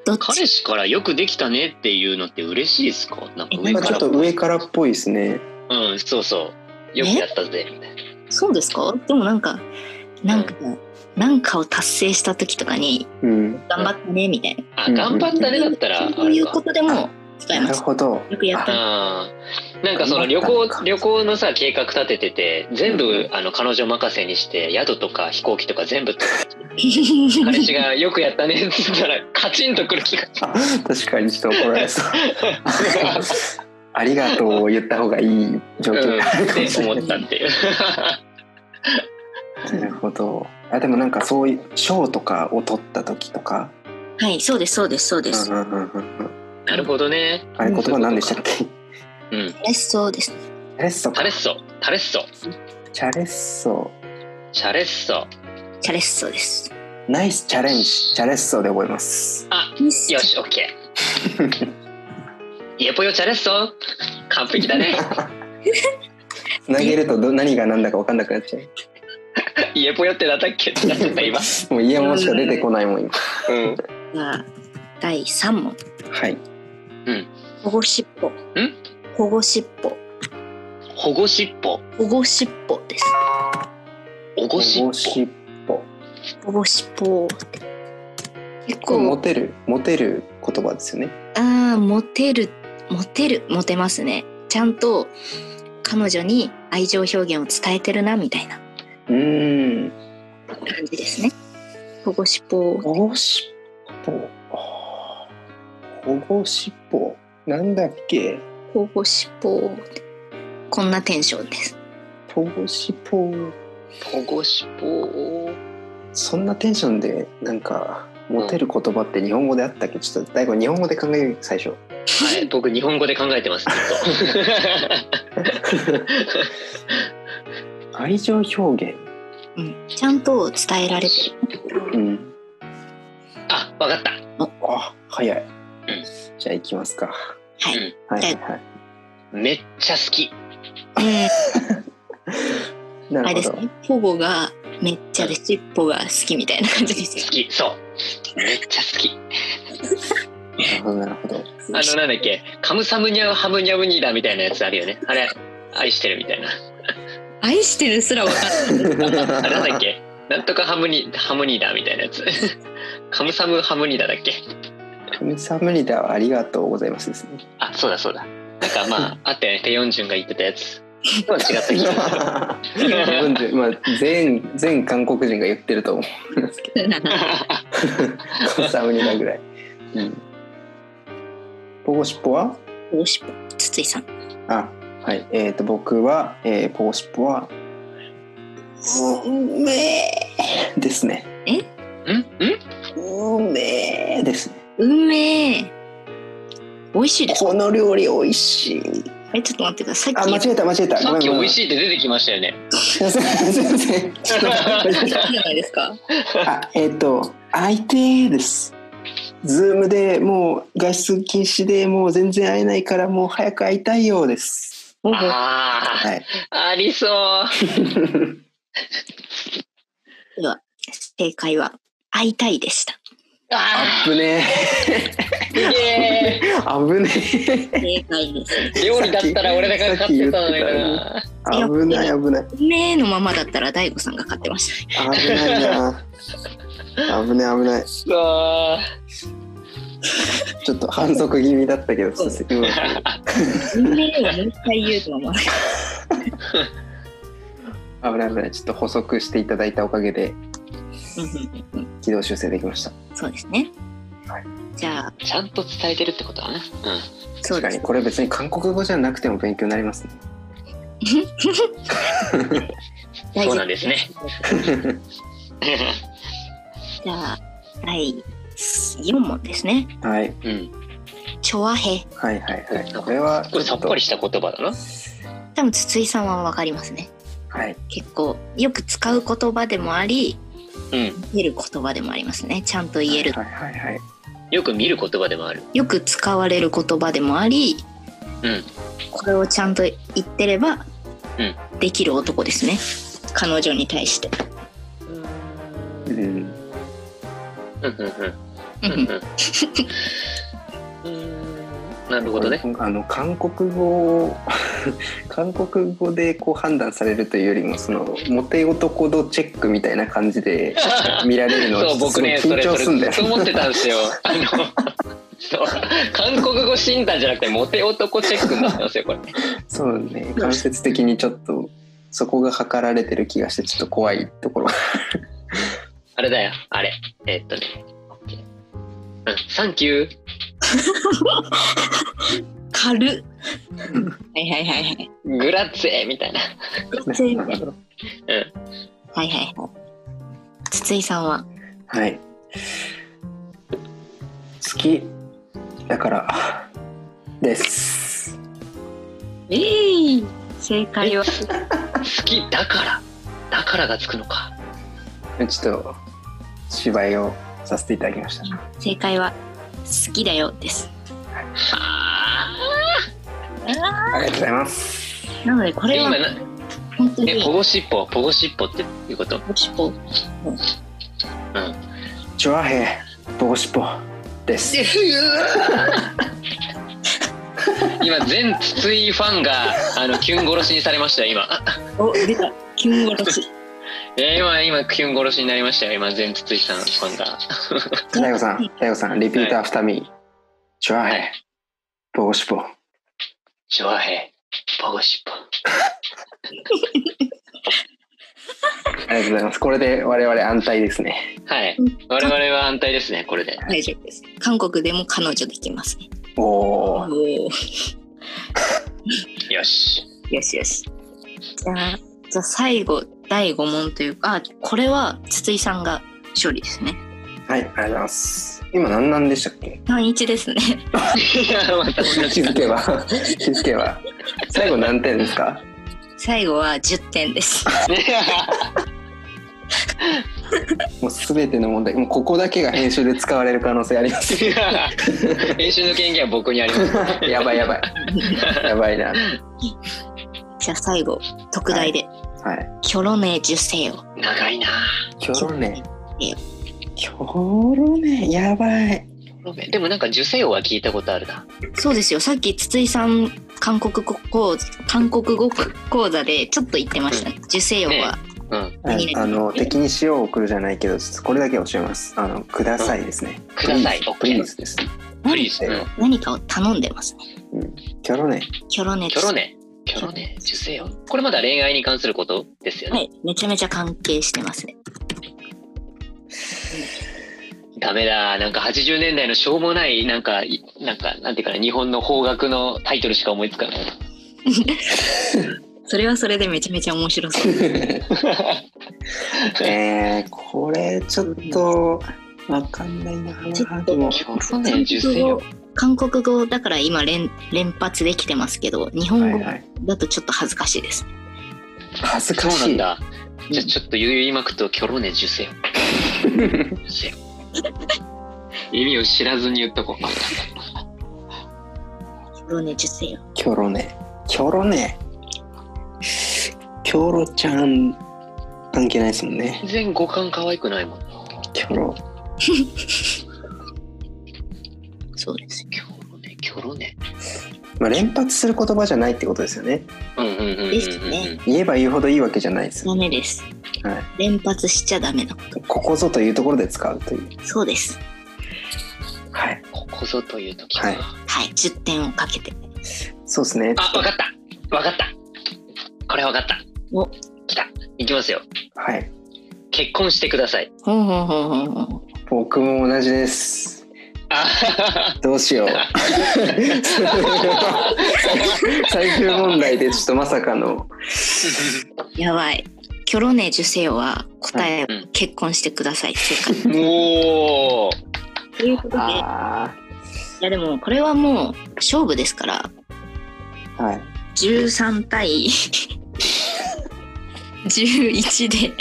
Speaker 2: どっち
Speaker 3: 彼氏からよくできたねっていうのって嬉しいですかなんか
Speaker 1: な
Speaker 3: 上
Speaker 1: んか
Speaker 3: か
Speaker 1: ちょっと
Speaker 3: ら。
Speaker 1: 上からっぽいですね。
Speaker 3: うん、そうそう。よくやったぜ、みたいな。
Speaker 2: そうですかでもなんか、なんか、なんかを達成した時とかに、
Speaker 1: うん。
Speaker 2: 頑張ったね、みたいな。
Speaker 3: あ、頑張ったねだったら、あ
Speaker 2: そうい
Speaker 3: る
Speaker 2: う
Speaker 3: か
Speaker 2: こ。とでも使え
Speaker 1: な
Speaker 2: ま
Speaker 1: る
Speaker 2: す。
Speaker 1: ほど。
Speaker 2: よくやったね。
Speaker 3: あーなんかその旅行旅行のさ計画立ててて全部あの彼女任せにして宿とか飛行機とか全部彼氏が「よくやったね」って言っ たらカチンとくる気が
Speaker 1: あ確かにちょっと怒られそう。ありがとうを言った方がいい状況があるかも
Speaker 3: って
Speaker 1: しれ
Speaker 3: 思
Speaker 1: ない
Speaker 3: ったっ ていう
Speaker 1: なるほど。あでもなんかそういう賞とかを取った時とか。
Speaker 2: はい、そうです、そうです、そうです。
Speaker 1: うんうんうんうんうん
Speaker 3: なるほどね
Speaker 1: あれ言葉何でしたっけ？チ
Speaker 3: うん
Speaker 2: 嬉しそうです。
Speaker 1: ャレッソ
Speaker 3: タ
Speaker 1: か
Speaker 3: レッ。ソタレッソ
Speaker 1: チャレッソ。
Speaker 3: チャレッソ
Speaker 2: チャレッソです。
Speaker 1: ナイスチャレンジ。チャレッソで覚えます。
Speaker 3: よしオッケ ーイエポヨチャレッソ完璧だね
Speaker 1: つなげるとど何が何だか分かんなくなっちゃ
Speaker 3: イエポヨってなんだっけってなっちゃった今
Speaker 1: う。もう家もしか出てこないもん今。
Speaker 3: うん
Speaker 2: じゃあ、第3問。
Speaker 1: はい。
Speaker 2: 保護しっぽ。
Speaker 3: ん
Speaker 2: 保護しっぽ。
Speaker 3: 保護しっぽ
Speaker 2: 保護しっぽです。
Speaker 3: 保護しっぽ
Speaker 1: しっぽ。
Speaker 2: 保護しっぽ。結
Speaker 1: これモ
Speaker 2: 構、
Speaker 1: テるモテる言葉ですよね。
Speaker 2: ああ、モテる、モテる、モテますね。ちゃんと彼女に愛情表現を伝えてるな、みたいな
Speaker 1: うーん。
Speaker 2: 感じですね。保護しっぽ。
Speaker 1: 保護しっぽ。あー保護しっぽ。なんだっけ。
Speaker 2: 保護しっぽ。こんなテンションです。
Speaker 1: 保護しっぽ。
Speaker 3: 保護しっぽ
Speaker 1: そんなテンションでなんかモテる言葉って日本語であったっけちょっと大悟日本語で考えようよ最初
Speaker 3: はい、僕日本語で考えてます。ずっ
Speaker 1: 愛情表現
Speaker 2: うん。ちゃんと伝えられてる。
Speaker 1: う
Speaker 3: と
Speaker 1: ん
Speaker 3: あ、わかった。
Speaker 1: あ早い、じゃあ行きますか
Speaker 2: はい。
Speaker 3: うん
Speaker 1: はいはいはい
Speaker 3: めっちゃ好き。
Speaker 2: えー
Speaker 1: な
Speaker 2: あれ
Speaker 1: るほ
Speaker 2: です
Speaker 1: ど、
Speaker 2: ね。保護がめっちゃでしっぽが好きみたいな感じですよ
Speaker 3: 好。き、そう。めっちゃ好
Speaker 1: なる
Speaker 3: き。
Speaker 1: ほどなるほど
Speaker 3: あの、なんだっけ、カムサムニャウハムニャムニーだみたいなやつあるよね。あれ、愛してるみたいな。
Speaker 2: 愛してるすら分かんない。
Speaker 3: あれなん だっけ、なんとかハムニハムニーだみたいなやつ。カムサムハムニーだだっけ。
Speaker 1: 神様にだはありがとうございますです ね
Speaker 3: あ、そうだそうだ。なんかまあ、あったよね。ペヨンジュンが言ってたやつ。とは違った 気がする。
Speaker 1: 40まあ全全韓国人が言ってると思うん ですけど神様にだぐらい、うん、保護しっぽは
Speaker 2: おしっぽ。筒井さん。
Speaker 1: あ、はい。えっ、と、僕は、えー、ポーシップは、うめえですね。
Speaker 3: んん
Speaker 1: うめえですね。
Speaker 2: うめえ。美味しいです。
Speaker 1: この料理美味しい。
Speaker 2: え、ちょっと待ってください。さ
Speaker 1: あ
Speaker 2: っき
Speaker 1: 間違えた間違えたご
Speaker 3: さ
Speaker 1: め
Speaker 3: っ
Speaker 1: ん
Speaker 3: き美
Speaker 1: ごめん
Speaker 3: 味
Speaker 1: す
Speaker 3: しいって出てきましたよね。
Speaker 1: いません すいませんちょっと待って
Speaker 2: じゃないですか。
Speaker 1: あえっ、と相手ですズームでもう外出禁止でもう全然会えないからもう早く会いたいようです
Speaker 3: あ
Speaker 1: はい
Speaker 3: あ、ありそう。
Speaker 2: 正解は、会いたいでした。
Speaker 3: あ
Speaker 1: あぶね
Speaker 3: ーすげえ。
Speaker 1: えあぶねえ
Speaker 2: 正解です。
Speaker 3: 料理だったら俺だけ買ってたのにな。
Speaker 1: 危ない危ない
Speaker 2: ねのままだったら、大悟さんが買ってました。
Speaker 1: 危ないな危ない危ないう
Speaker 3: わ
Speaker 1: ちょっと反則気味だったけど
Speaker 2: そうです
Speaker 1: 今
Speaker 2: ねえをもう一回言うとは思わなかっ
Speaker 1: 危ない危ないちょっと補足していただいたおかげで
Speaker 2: たうんうんうん
Speaker 1: 軌道修正できました
Speaker 2: そうですね。
Speaker 1: はい
Speaker 2: じゃあ、
Speaker 3: ーちゃんと伝えてるってことだね。
Speaker 2: そう
Speaker 1: 確
Speaker 2: で
Speaker 1: か
Speaker 2: す
Speaker 1: にこれ別に韓国語じゃなくても勉強になりますね
Speaker 3: うん。そうなんですね。
Speaker 2: じゃあ、第4問ですね。
Speaker 1: はい
Speaker 3: うん。
Speaker 2: チョアヘ。
Speaker 1: はいはいはいこれは
Speaker 3: これ
Speaker 1: ち
Speaker 3: さ
Speaker 1: ょ
Speaker 3: っ
Speaker 1: と
Speaker 3: ぱりした言葉だな。
Speaker 2: 多分、筒井さんはわかりますね。
Speaker 1: はい
Speaker 2: 結構、よく使う言葉でもあり、
Speaker 3: うん。
Speaker 2: 言える言葉でもありますね。ちゃんと言える。
Speaker 1: はいはいはい
Speaker 3: よく見る言葉でもある。
Speaker 2: よく使われる言葉でもあり、
Speaker 3: うん
Speaker 2: これをちゃんと言ってれば、
Speaker 3: う
Speaker 2: できる男ですね彼女に対して、
Speaker 1: うん
Speaker 3: うんうんうん。
Speaker 2: うんうん
Speaker 3: なるほどね。
Speaker 1: これあの韓国語を 韓国語でこう判断されるというよりもそのモテ男度チェックみたいな感じ で見られるのは
Speaker 3: そう、僕ね、
Speaker 1: ちょ
Speaker 3: そ
Speaker 1: っとすごい緊
Speaker 3: れ、
Speaker 1: 張すんだよ
Speaker 3: それ、そう思ってたんですよ。あの、そう、韓国語診断じゃなくて、モテ男チェックになってますよ、これ。
Speaker 1: そうね間接的にちょっとそこが測られてる気がしてちょっと怖いところが
Speaker 3: あれだよ、あれ。えっとね。うん、サンキュー。
Speaker 2: 軽っ はいはいはいはい
Speaker 3: グラッツェみたいな。う
Speaker 2: はいはい筒井さんは
Speaker 1: はい好きだからです
Speaker 2: え正解は
Speaker 3: ん。好きだから。だからがつくのか。
Speaker 1: ちょっと芝居をさせていただきました
Speaker 2: 正解は好きだよです
Speaker 3: あ
Speaker 1: ありがとうございます
Speaker 2: なのでこ
Speaker 3: ーえ
Speaker 2: れは
Speaker 3: 今な、
Speaker 2: 本当
Speaker 3: え、
Speaker 2: に
Speaker 3: ポゴシッポ、ポゴシッポっていうこと
Speaker 2: ポシポ
Speaker 1: チョアヘボゴシポです
Speaker 3: 今、全筒井ファンが、あの、キュン殺しにされましたよ、今。
Speaker 2: お出たキュン殺し
Speaker 3: えー、今、今、キュン殺しになりましたよ、今、全筒井さん、ファンが。
Speaker 1: 大悟さん、大悟さん、リピート
Speaker 3: は
Speaker 1: アフターミー。チュア
Speaker 3: はい
Speaker 1: ヘ、ボゴシポ。
Speaker 3: ジョアヘ、ボゴシッポ。
Speaker 1: ありがとうございます。これで我々安泰ですね。
Speaker 3: はい
Speaker 2: うん。
Speaker 3: 我々は安泰ですね、これで。
Speaker 2: 大丈夫です韓国でも彼女できますね
Speaker 1: お
Speaker 2: お
Speaker 1: お。
Speaker 2: お
Speaker 3: よし。
Speaker 2: よしよし。じゃあ、じゃあ最後、第5問というか、あ、これは筒井さんが勝利ですね。
Speaker 1: はい、ありがとうございます。今何なんでしたっけ
Speaker 2: 単一ですね。
Speaker 3: いや、また、
Speaker 1: 気づけば、気づけば。最後何点ですか
Speaker 2: 最後は10点 です。
Speaker 1: もう全ての問題、もうここだけが編集で使われる可能性あり ます。
Speaker 3: 編集の権限は僕にあります。
Speaker 1: やばいやばい。やばいな。
Speaker 2: じゃあ最後、特大で、
Speaker 1: はい。
Speaker 2: キョロネ受精を。
Speaker 3: 長いな
Speaker 1: キョロネ。キョロネ、やばい。
Speaker 3: ぁでもなんか、受精王は聞いたことあるな。
Speaker 2: そうですよ、さっき筒井さん、韓国語講座、韓国語講座でちょっと言ってましたね。受精王は、
Speaker 3: うん。
Speaker 1: は
Speaker 2: 何
Speaker 1: い、
Speaker 2: 々
Speaker 1: あの敵に塩を送るじゃないけどこれだけは教えますあのくださいですね、
Speaker 3: ください。
Speaker 1: プリーズです
Speaker 3: プリーズ。
Speaker 1: う
Speaker 3: うん
Speaker 1: ん
Speaker 2: 何かを頼んでますね。
Speaker 1: キョロネ
Speaker 2: キョロネ
Speaker 3: キョロネ。キョロネ、受精王。これまだ恋愛に関することですよ
Speaker 2: は
Speaker 3: ね。
Speaker 2: い、めちゃめちゃ関係してますね。
Speaker 3: ダメだなんか80年代のしょうもないなんかいなんかなんていうかな日本の邦楽のタイトルしか思いつかない
Speaker 2: それはそれでめちゃめちゃ面白そう。
Speaker 1: えー、 これちょっとわかんないな
Speaker 2: ちょっと
Speaker 1: でも
Speaker 3: 去年受精
Speaker 2: 韓国語だから今連連発できてますけど日本
Speaker 1: はい
Speaker 2: 語
Speaker 1: はい、
Speaker 2: だとちょっと恥ずかしいですね、
Speaker 1: 恥ずか
Speaker 3: そうな
Speaker 1: し
Speaker 3: ん
Speaker 1: い
Speaker 3: だ。じゃあちょっと言いまくとキョロネジュセよ。ジュセよ意味を知らずに言っとこう。
Speaker 2: ロネジュセヨ
Speaker 1: キョロネキョロネキョロちゃん関係ないですもんね
Speaker 3: 全然五感可愛くないもんな。
Speaker 1: キョロ
Speaker 2: そうです
Speaker 3: キョロネ、キョロネ。
Speaker 1: まあ連発する言葉じゃないってことですよね
Speaker 3: うんうんうんうんうん。
Speaker 2: ですね
Speaker 1: 言えば言うほどいいわけじゃないです
Speaker 2: ダメです、
Speaker 1: はい
Speaker 2: 連発しちゃダメなこと
Speaker 1: ここぞというところで使うという
Speaker 2: そうです
Speaker 1: はい
Speaker 3: ここぞという時
Speaker 1: はい
Speaker 2: はい10点をかけて
Speaker 1: そうですね
Speaker 3: あ、わかった。わかった。これわかった。
Speaker 2: お
Speaker 3: 来た。いきますよ。
Speaker 1: はい
Speaker 3: 結婚してください。
Speaker 2: ほんほんほんほんほん
Speaker 1: 僕も同じです
Speaker 3: あ
Speaker 1: どうしよう最終問題でちょっとまさかの
Speaker 2: やばいキョロネジュセヨは答えを
Speaker 3: はいうん
Speaker 2: 結婚してください正解
Speaker 3: もう。
Speaker 2: ということでい
Speaker 1: あ
Speaker 2: やでもこれはもう勝負ですから
Speaker 1: あはい
Speaker 2: 13対 11で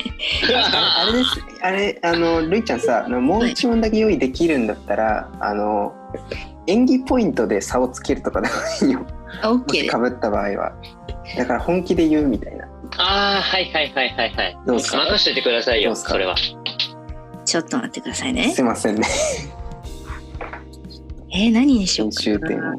Speaker 1: あれですあれあのるいちゃんさあのもう一問だけ用意できるんだったら、あの演技ポイントで差をつけるとかでもいいよ
Speaker 2: あ OK
Speaker 1: もし
Speaker 2: で
Speaker 1: かぶった場合はだから本気で言うみたいな
Speaker 3: ああ、はいはいはいはいはい。
Speaker 1: どうですか
Speaker 3: 任しといてください
Speaker 1: どう
Speaker 3: よ、
Speaker 1: ですか
Speaker 3: それは。
Speaker 2: す ちょっと待ってくださいね
Speaker 1: すいませんね
Speaker 2: えー、何にしよう
Speaker 1: 編
Speaker 2: か
Speaker 1: 集点
Speaker 2: な
Speaker 1: を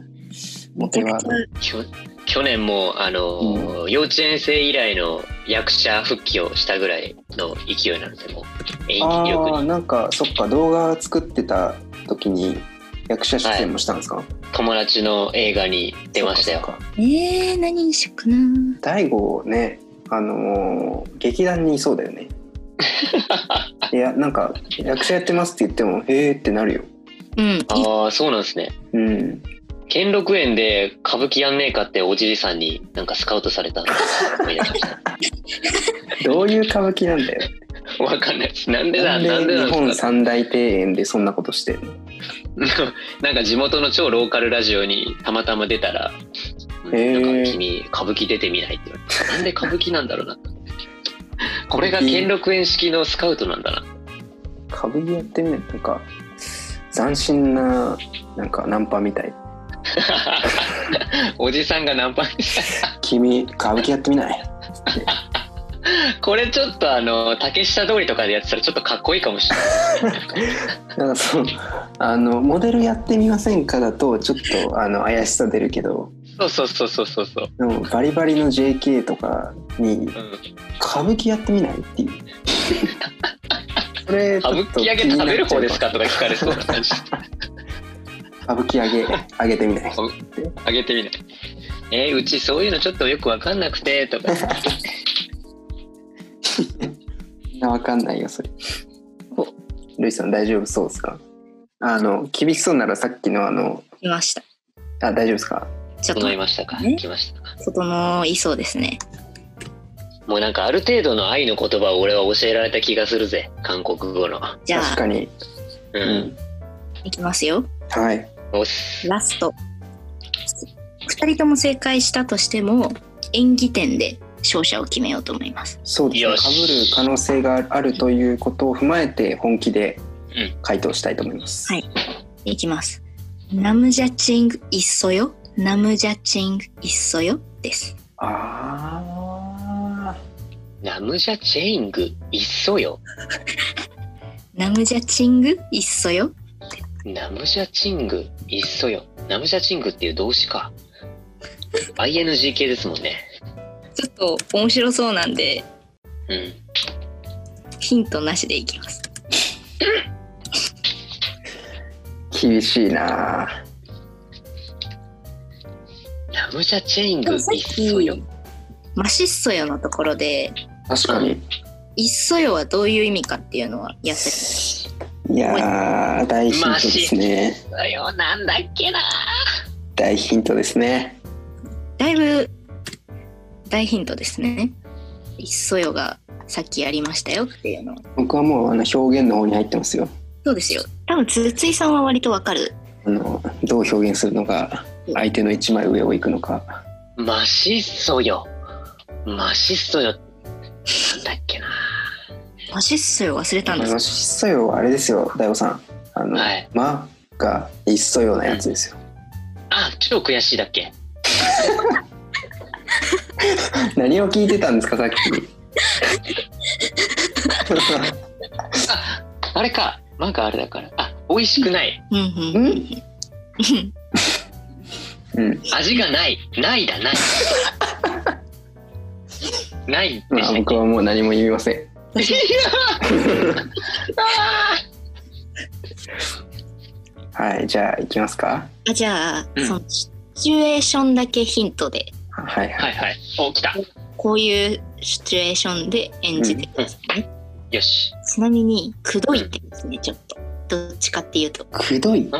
Speaker 1: モテワード
Speaker 3: きょ去年もあのー幼稚園生以来の役者復帰をしたぐらいの勢いなのでもう演
Speaker 1: あ
Speaker 3: 技力
Speaker 1: ー
Speaker 3: に
Speaker 1: なんかそっか動画作ってた時に役者出演もしたんですか、
Speaker 3: 友達の映画に出ました
Speaker 1: そ
Speaker 3: よ
Speaker 1: っかそっか
Speaker 2: えー、何にしようかな
Speaker 1: 大悟ねあのー劇団にいそうだよねいやなんか役者やってますって言ってもへえってなるよ
Speaker 2: うんいい
Speaker 3: ああそうなんですね
Speaker 1: うん
Speaker 3: 兼六園で歌舞伎やんねえかっておじいさんになんかスカウトさ れたのを思い出しまし
Speaker 1: どういう歌舞伎なんだよ
Speaker 3: たわかんないですなんで
Speaker 1: な
Speaker 3: だなん
Speaker 1: ん
Speaker 3: で
Speaker 1: で
Speaker 3: なん
Speaker 1: 日本
Speaker 3: ですか
Speaker 1: 三大庭園でそんなことしてるの
Speaker 3: なんか地元の超ローカルラジオにたまたま出たら「うん
Speaker 1: へー
Speaker 3: なんか君歌舞伎出てみない」って言われてなんで歌舞伎なんだろうなこれが兼六園式のスカウトなんだな
Speaker 1: 歌舞伎やってみないなんか斬新ななんかナンパみたい
Speaker 3: おじさんがナンパ
Speaker 1: 君歌舞伎やってみない
Speaker 3: これちょっとあの竹下通りとかでやってたらちょっとかっこいいかもしれない
Speaker 1: なんかそのあのモデルやってみませんかだとちょっとあの怪しさ出るけど
Speaker 3: そうそうそうそうそうそう、
Speaker 1: でもバリバリの JK とかに
Speaker 3: うん、
Speaker 1: 歌舞伎やってみないっていう。それち
Speaker 3: 歌
Speaker 1: ょ
Speaker 3: 舞
Speaker 1: っと
Speaker 3: 伎揚げ
Speaker 1: 気になっちゃ
Speaker 3: 食べ
Speaker 1: う
Speaker 3: る方ですかとか聞かれそうな感じ
Speaker 1: 歌舞伎揚げ揚げてみ ない
Speaker 3: あげてみないえーうちそういうのちょっとよくわかんなくてとか
Speaker 1: みんなわかんないよそれ
Speaker 2: お
Speaker 1: ルイさん大丈夫そうですかあの厳しそうならさっきのあの
Speaker 2: きました
Speaker 1: あ大丈夫ですか
Speaker 2: ちょっと
Speaker 3: 整いましたか
Speaker 2: ね
Speaker 3: 来ましたか
Speaker 2: 整いそうですね
Speaker 3: もうなんかある程度の愛の言葉を俺は教えられた気がするぜ韓国語の
Speaker 2: じゃ
Speaker 1: 確
Speaker 2: あ
Speaker 1: かに、う
Speaker 3: う、
Speaker 1: ん
Speaker 2: いきますよ
Speaker 1: はい
Speaker 3: おっす
Speaker 2: ラスト2人とも正解したとしても演技点で勝者を決めようと思います
Speaker 1: そうですね
Speaker 3: よ
Speaker 1: か
Speaker 3: し
Speaker 1: ぶる可能性があるということを踏まえて本気で
Speaker 3: うん
Speaker 1: 回答したいと思います、
Speaker 2: はいいきますナムジャチングいっそよナムジャチングいっそよです
Speaker 1: あ
Speaker 3: ナムジャチェイングいっそよ
Speaker 2: ナムジャチングいっそよ
Speaker 3: ナムジャチング、いっそよ。ナムジャチングっていう動詞か。ING 系ですもんね。
Speaker 2: ちょっと面白そうなんで
Speaker 3: うん。
Speaker 2: ヒントなしでいきます
Speaker 1: ー厳しいな
Speaker 3: ナムジャチェイン
Speaker 2: で
Speaker 3: グ、い
Speaker 2: も
Speaker 3: っ
Speaker 2: さっき
Speaker 3: そよ。
Speaker 2: マシッソよのところで
Speaker 1: 確かに
Speaker 2: いっそよはどういう意味かっていうのはやって
Speaker 1: いやー大ヒントですね
Speaker 3: だよ、なんだっけな。
Speaker 1: 大ヒントですね
Speaker 2: だいぶ大ヒントですね。いっそよがさっきやりましたよっていうのは。
Speaker 1: 僕はもうあの表現の方に入ってますよ
Speaker 2: そうですよ。多分、つついさんは割とわかる
Speaker 1: あのどう表現するのが相手の一枚上を行くのか
Speaker 3: マシッソよ。マシッソよ。なんだっけな。
Speaker 2: マシッソよ忘れたんです
Speaker 1: マシッソよあれですよ大悟さんあの、
Speaker 3: はい
Speaker 1: まがいっそようなやつですよ、
Speaker 3: あ、超悔しいだっけ。
Speaker 1: 何を聞いてたんですかさっき
Speaker 3: あれか。マがあれだから。あ、美味しくない。
Speaker 2: うん
Speaker 1: う
Speaker 2: うん
Speaker 1: んうん、
Speaker 3: 味がない。ない だ、ない。ないで
Speaker 1: ま
Speaker 3: し
Speaker 1: あ、
Speaker 3: たっ
Speaker 1: 僕はもう何も言いません
Speaker 3: け。いやあ
Speaker 1: はいじゃあ行きますか
Speaker 2: あじゃあ、
Speaker 3: うん
Speaker 2: そのシチュエーションだけヒントで
Speaker 1: はい
Speaker 3: ーは
Speaker 1: はい
Speaker 3: いはい。お、来た。
Speaker 2: こういうシチュエーションで演じてくださいね、
Speaker 3: よし。
Speaker 2: ちなみに「くどい」ってですねちょっとどっちかっていうと
Speaker 1: くどい
Speaker 3: あ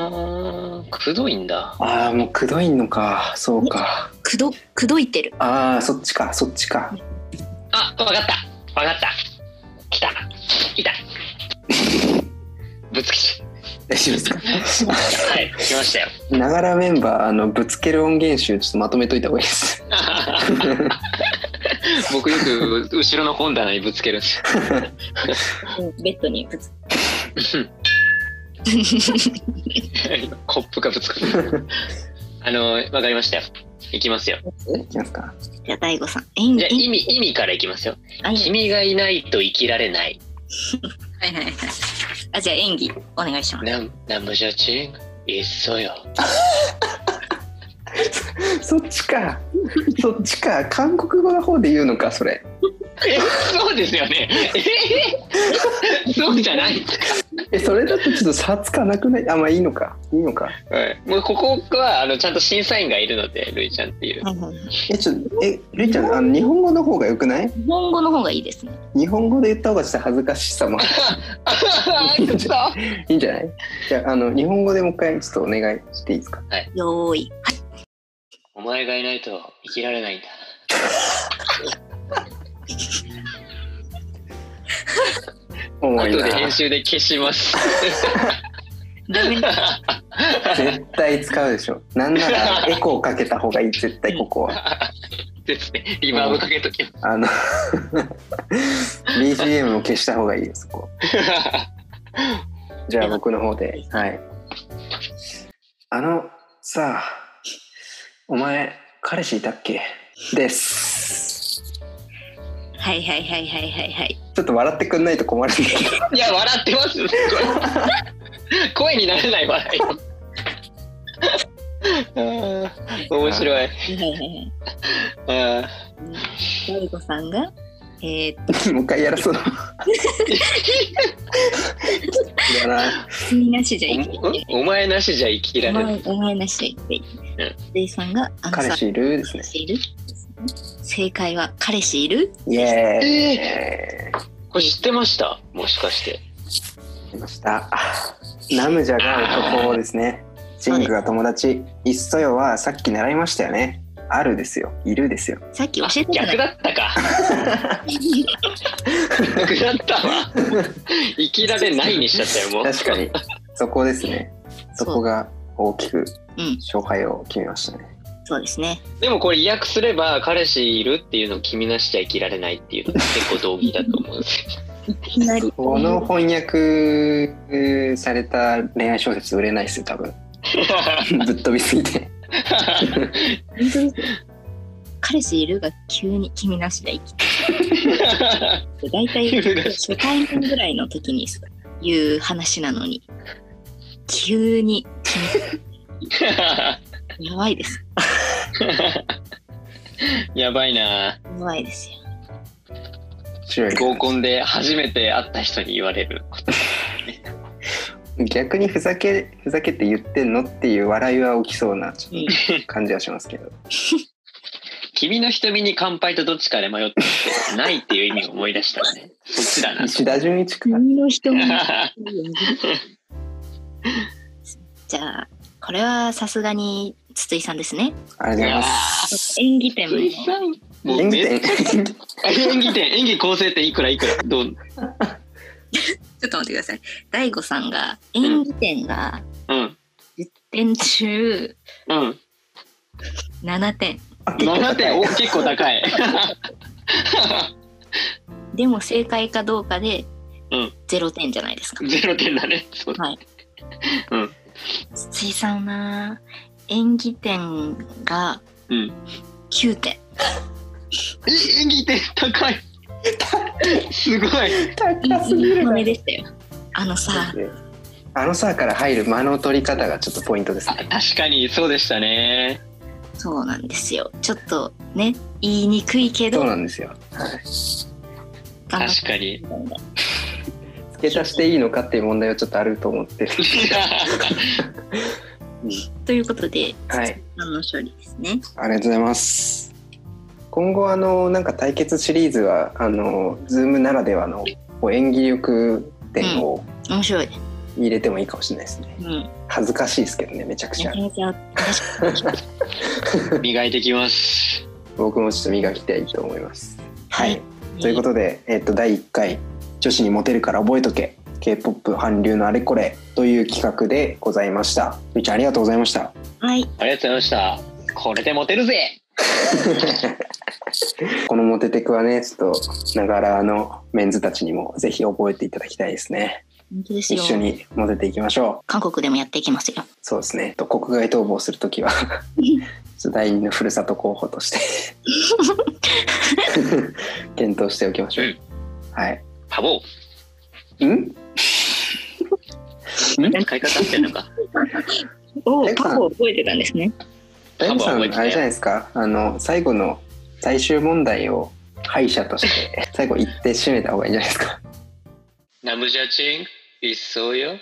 Speaker 3: ー、くどいんだ。
Speaker 1: ああもうくどいのかそうか
Speaker 2: 「くどくどいてる
Speaker 1: ああそっちかそっちか
Speaker 3: あ、わかった。わかった。来た。いた。ぶつけちゃっ
Speaker 1: 大丈夫ですか
Speaker 3: た。はい。来ましたよ。
Speaker 1: ながらメンバーあのぶつける音源集ちょっとまとめといた方がいいです
Speaker 3: 僕よく後ろの本棚にぶつけるんです」
Speaker 2: ベッドにぶつ
Speaker 3: よ コップがぶつかるあのわかりましたよいきますよ
Speaker 1: いきますか
Speaker 2: じゃあ大悟さん演
Speaker 3: じゃあ
Speaker 2: 技
Speaker 3: 意味意味からいきますよ
Speaker 2: あ演技
Speaker 3: 君がいないと生きられない
Speaker 2: はいはいはいあじゃあ演技お願いします
Speaker 3: なんなんむじゃちんいっそよ
Speaker 1: そっちかそっちか韓国語の方で言うのかそれ
Speaker 3: えそうですよねえそうじゃない
Speaker 1: えそれだとちょっと差つかなくないあまあいいのかいいのか
Speaker 3: はいもうここはあのちゃんと審査員がいるのでるいちゃんっていう
Speaker 2: はいはいはい
Speaker 1: えちょえるいちゃんあの日本語の方がよくない
Speaker 2: 日本語の方がいいですね
Speaker 1: 日本語で言った方がちょっと恥ずかし さも
Speaker 3: あくそはい
Speaker 1: いんじゃないじゃああの日本語でもう一回ちょっとお願いしていいですか
Speaker 2: よーい
Speaker 3: お前がいないと生きられないんだ
Speaker 1: 重い
Speaker 3: 後
Speaker 1: な
Speaker 3: で編集で消し ます。
Speaker 2: ダメだ
Speaker 1: 絶対使うでしょなんな らエコーかけた方がいい絶対ここは
Speaker 3: ですね。リバーブかけときます。
Speaker 1: あの BGM を消した方がいいよそこじゃあ僕の方ではいあのさあお前彼氏いたっけです
Speaker 2: はいはいはいはいはいはい
Speaker 1: ちょっと笑ってくんないと困るんだけど
Speaker 3: いや、笑ってます。声になれない笑い。あー面白い。
Speaker 2: はいはいはいはい
Speaker 3: あ
Speaker 2: 大悟さんがえー、っと
Speaker 1: もう一回やらそうだな
Speaker 2: 君なしじゃいけない
Speaker 3: ーおお前なしじゃ生きら
Speaker 2: お
Speaker 3: れない。
Speaker 2: 前お前なしで言って
Speaker 3: う
Speaker 2: デイさんがあの
Speaker 1: 彼
Speaker 2: さ
Speaker 1: 氏いるですね
Speaker 2: いる正解は彼氏いる
Speaker 1: イエーイ、
Speaker 3: これ知ってましたもしかして。
Speaker 1: 出ましたナムジャが男ですねジングが友達いっそよはさっき習いましたよねあるですよいるですよ
Speaker 2: さっき教えてた
Speaker 3: 逆
Speaker 2: じゃない
Speaker 3: だったか。逆だったわ。生きられないにしちゃったよ、もう。
Speaker 1: 確かにそこですねそこが大きく
Speaker 2: うん
Speaker 1: 勝敗を決めましたね
Speaker 2: そうですね
Speaker 3: でもこれ、意訳すれば、彼氏いるっていうのを君なしちゃ生きられないっていうの結構同義だと思うんですよ。
Speaker 2: いきなり
Speaker 1: この翻訳えーされた恋愛小説売れないですよ多分ぶっ飛びすぎて
Speaker 2: 本当ですよ彼氏いるが急に君なしで生きてる大 体初対面ぐらいの時に言う話なのに急にやばいです
Speaker 3: やばいな
Speaker 2: やばいですよ
Speaker 1: 白い
Speaker 3: 合コンで初めて会った人に言われること
Speaker 1: 逆にふざけふざけて言ってんのっていう笑いは起きそうなちょっと感じはしますけど
Speaker 3: 君の瞳に乾杯とどっちかで迷っててないっていう意味を思い出したねそっちだな
Speaker 1: 石田純一か
Speaker 2: 君の人もじゃあこれはさすがに筒井さんですね
Speaker 1: ありがとうございます
Speaker 2: 演技点も
Speaker 3: もう
Speaker 1: 演
Speaker 3: め
Speaker 1: 技
Speaker 3: っち
Speaker 1: 点
Speaker 3: ゃ演技点演技構成点いくらいくらどう
Speaker 2: ちょっと待ってください。大悟さんが演技点が
Speaker 3: うん
Speaker 2: 絶点中
Speaker 3: うん。
Speaker 2: 7点。
Speaker 3: 7点、お結構高い。
Speaker 2: でも正解かどうかで
Speaker 3: うん
Speaker 2: 0点じゃないですか。
Speaker 3: 0点だね。そう
Speaker 2: はい。
Speaker 3: うん。
Speaker 2: 筒井さんな演技点が
Speaker 3: うん。
Speaker 2: 9点。
Speaker 3: え演技点高い。すごい。
Speaker 1: 高すぎ
Speaker 2: いい
Speaker 1: る
Speaker 2: 褒
Speaker 1: な
Speaker 2: めでしたよ。あのさ、
Speaker 1: あのさから入る間の取り方がちょっとポイントです
Speaker 3: あ
Speaker 1: ね。
Speaker 3: 確かにそうでしたね。
Speaker 2: そうなんですよ。ちょっとね、言いにくいけど
Speaker 1: そう、なんですよ。はい
Speaker 2: 頑張って
Speaker 3: 確かに。
Speaker 2: みたいな
Speaker 1: 付け足していいのかっていう問題はちょっとあると思って。
Speaker 3: いや
Speaker 2: ということで、
Speaker 1: はい。
Speaker 2: あの勝利ですね。
Speaker 1: ありがとうございます。今後あのなんか対決シリーズはあのズームならではのこう演技力点を
Speaker 2: 面白い。
Speaker 1: 入れてもいいかもしれないですね。
Speaker 2: うん。
Speaker 1: 恥ずかしいですけどね、めちゃくち
Speaker 2: め
Speaker 1: ゃ
Speaker 2: ちゃ。めちゃ
Speaker 3: 磨いてきます。
Speaker 1: 僕もちょっと磨きたいと思います。
Speaker 2: は
Speaker 1: はいい。ということで、えっと第1回「女子にモテるから覚えとけ K-POP 韓流のあれこれ」という企画でございました。ゆうちゃんありがとうございました。
Speaker 2: はい。
Speaker 3: ありがとうございました。これでモテるぜ。
Speaker 1: このモテテクはね、ちょっとながらのメンズたちにもぜひ覚えていただきたいですね。
Speaker 2: 本当です
Speaker 1: 一
Speaker 2: よ。
Speaker 1: 緒にモテていきましょ
Speaker 2: 韓国でもやっていきますよ。
Speaker 1: う。そうですね。と国外逃亡すると きはちょっと第二のふるさと候補と して検討しておきましょう。
Speaker 3: うん
Speaker 1: はい。
Speaker 3: パボ
Speaker 1: うん？
Speaker 3: ー。ん買い方ってなんか。
Speaker 2: お
Speaker 1: え
Speaker 2: お、パコ覚えてたんですね。
Speaker 1: 大悟さんあ
Speaker 3: 多分覚え
Speaker 1: れじゃ
Speaker 3: てたよ
Speaker 1: ないですかあの最後の最終問題を敗者として 最後言って締めた方がいいんじゃないですか
Speaker 3: ナムジャチン、いっそうよ。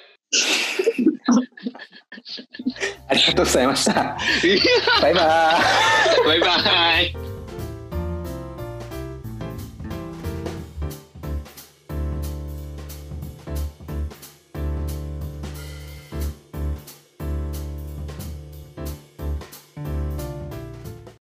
Speaker 1: ありがとうございましたバイバーイ
Speaker 3: バイバイ。